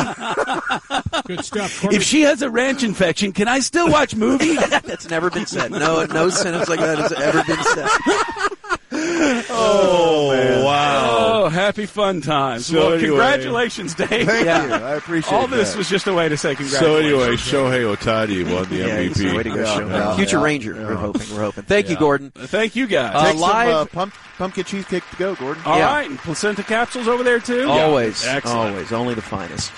[SPEAKER 11] Good stuff.
[SPEAKER 8] If she has a ranch infection, can I still watch movie?
[SPEAKER 4] That's never been said. No, no sentence like that has ever been said.
[SPEAKER 1] Oh, wow.
[SPEAKER 2] Oh, happy fun times.
[SPEAKER 1] So
[SPEAKER 2] well,
[SPEAKER 1] anyway.
[SPEAKER 2] congratulations, Dave.
[SPEAKER 6] Thank
[SPEAKER 4] Yeah.
[SPEAKER 6] you. I appreciate
[SPEAKER 2] All this
[SPEAKER 6] that.
[SPEAKER 2] was just a way to say
[SPEAKER 1] So
[SPEAKER 2] congratulations.
[SPEAKER 1] anyway, Shohei Otani won the
[SPEAKER 4] Yeah,
[SPEAKER 1] MVP.
[SPEAKER 4] he's the way to go, Shohei.
[SPEAKER 6] yeah,
[SPEAKER 4] Future
[SPEAKER 6] yeah,
[SPEAKER 4] Ranger, we're hoping. We're hoping. Thank you, Gordon.
[SPEAKER 2] Thank you guys.
[SPEAKER 4] Uh,
[SPEAKER 6] Take some,
[SPEAKER 4] live-
[SPEAKER 6] uh, pump, pumpkin cheesecake to go, Gordon.
[SPEAKER 2] All
[SPEAKER 4] yeah.
[SPEAKER 2] right, and placenta capsules over there too.
[SPEAKER 4] Always,
[SPEAKER 2] Yeah. Excellent.
[SPEAKER 4] always, only the finest.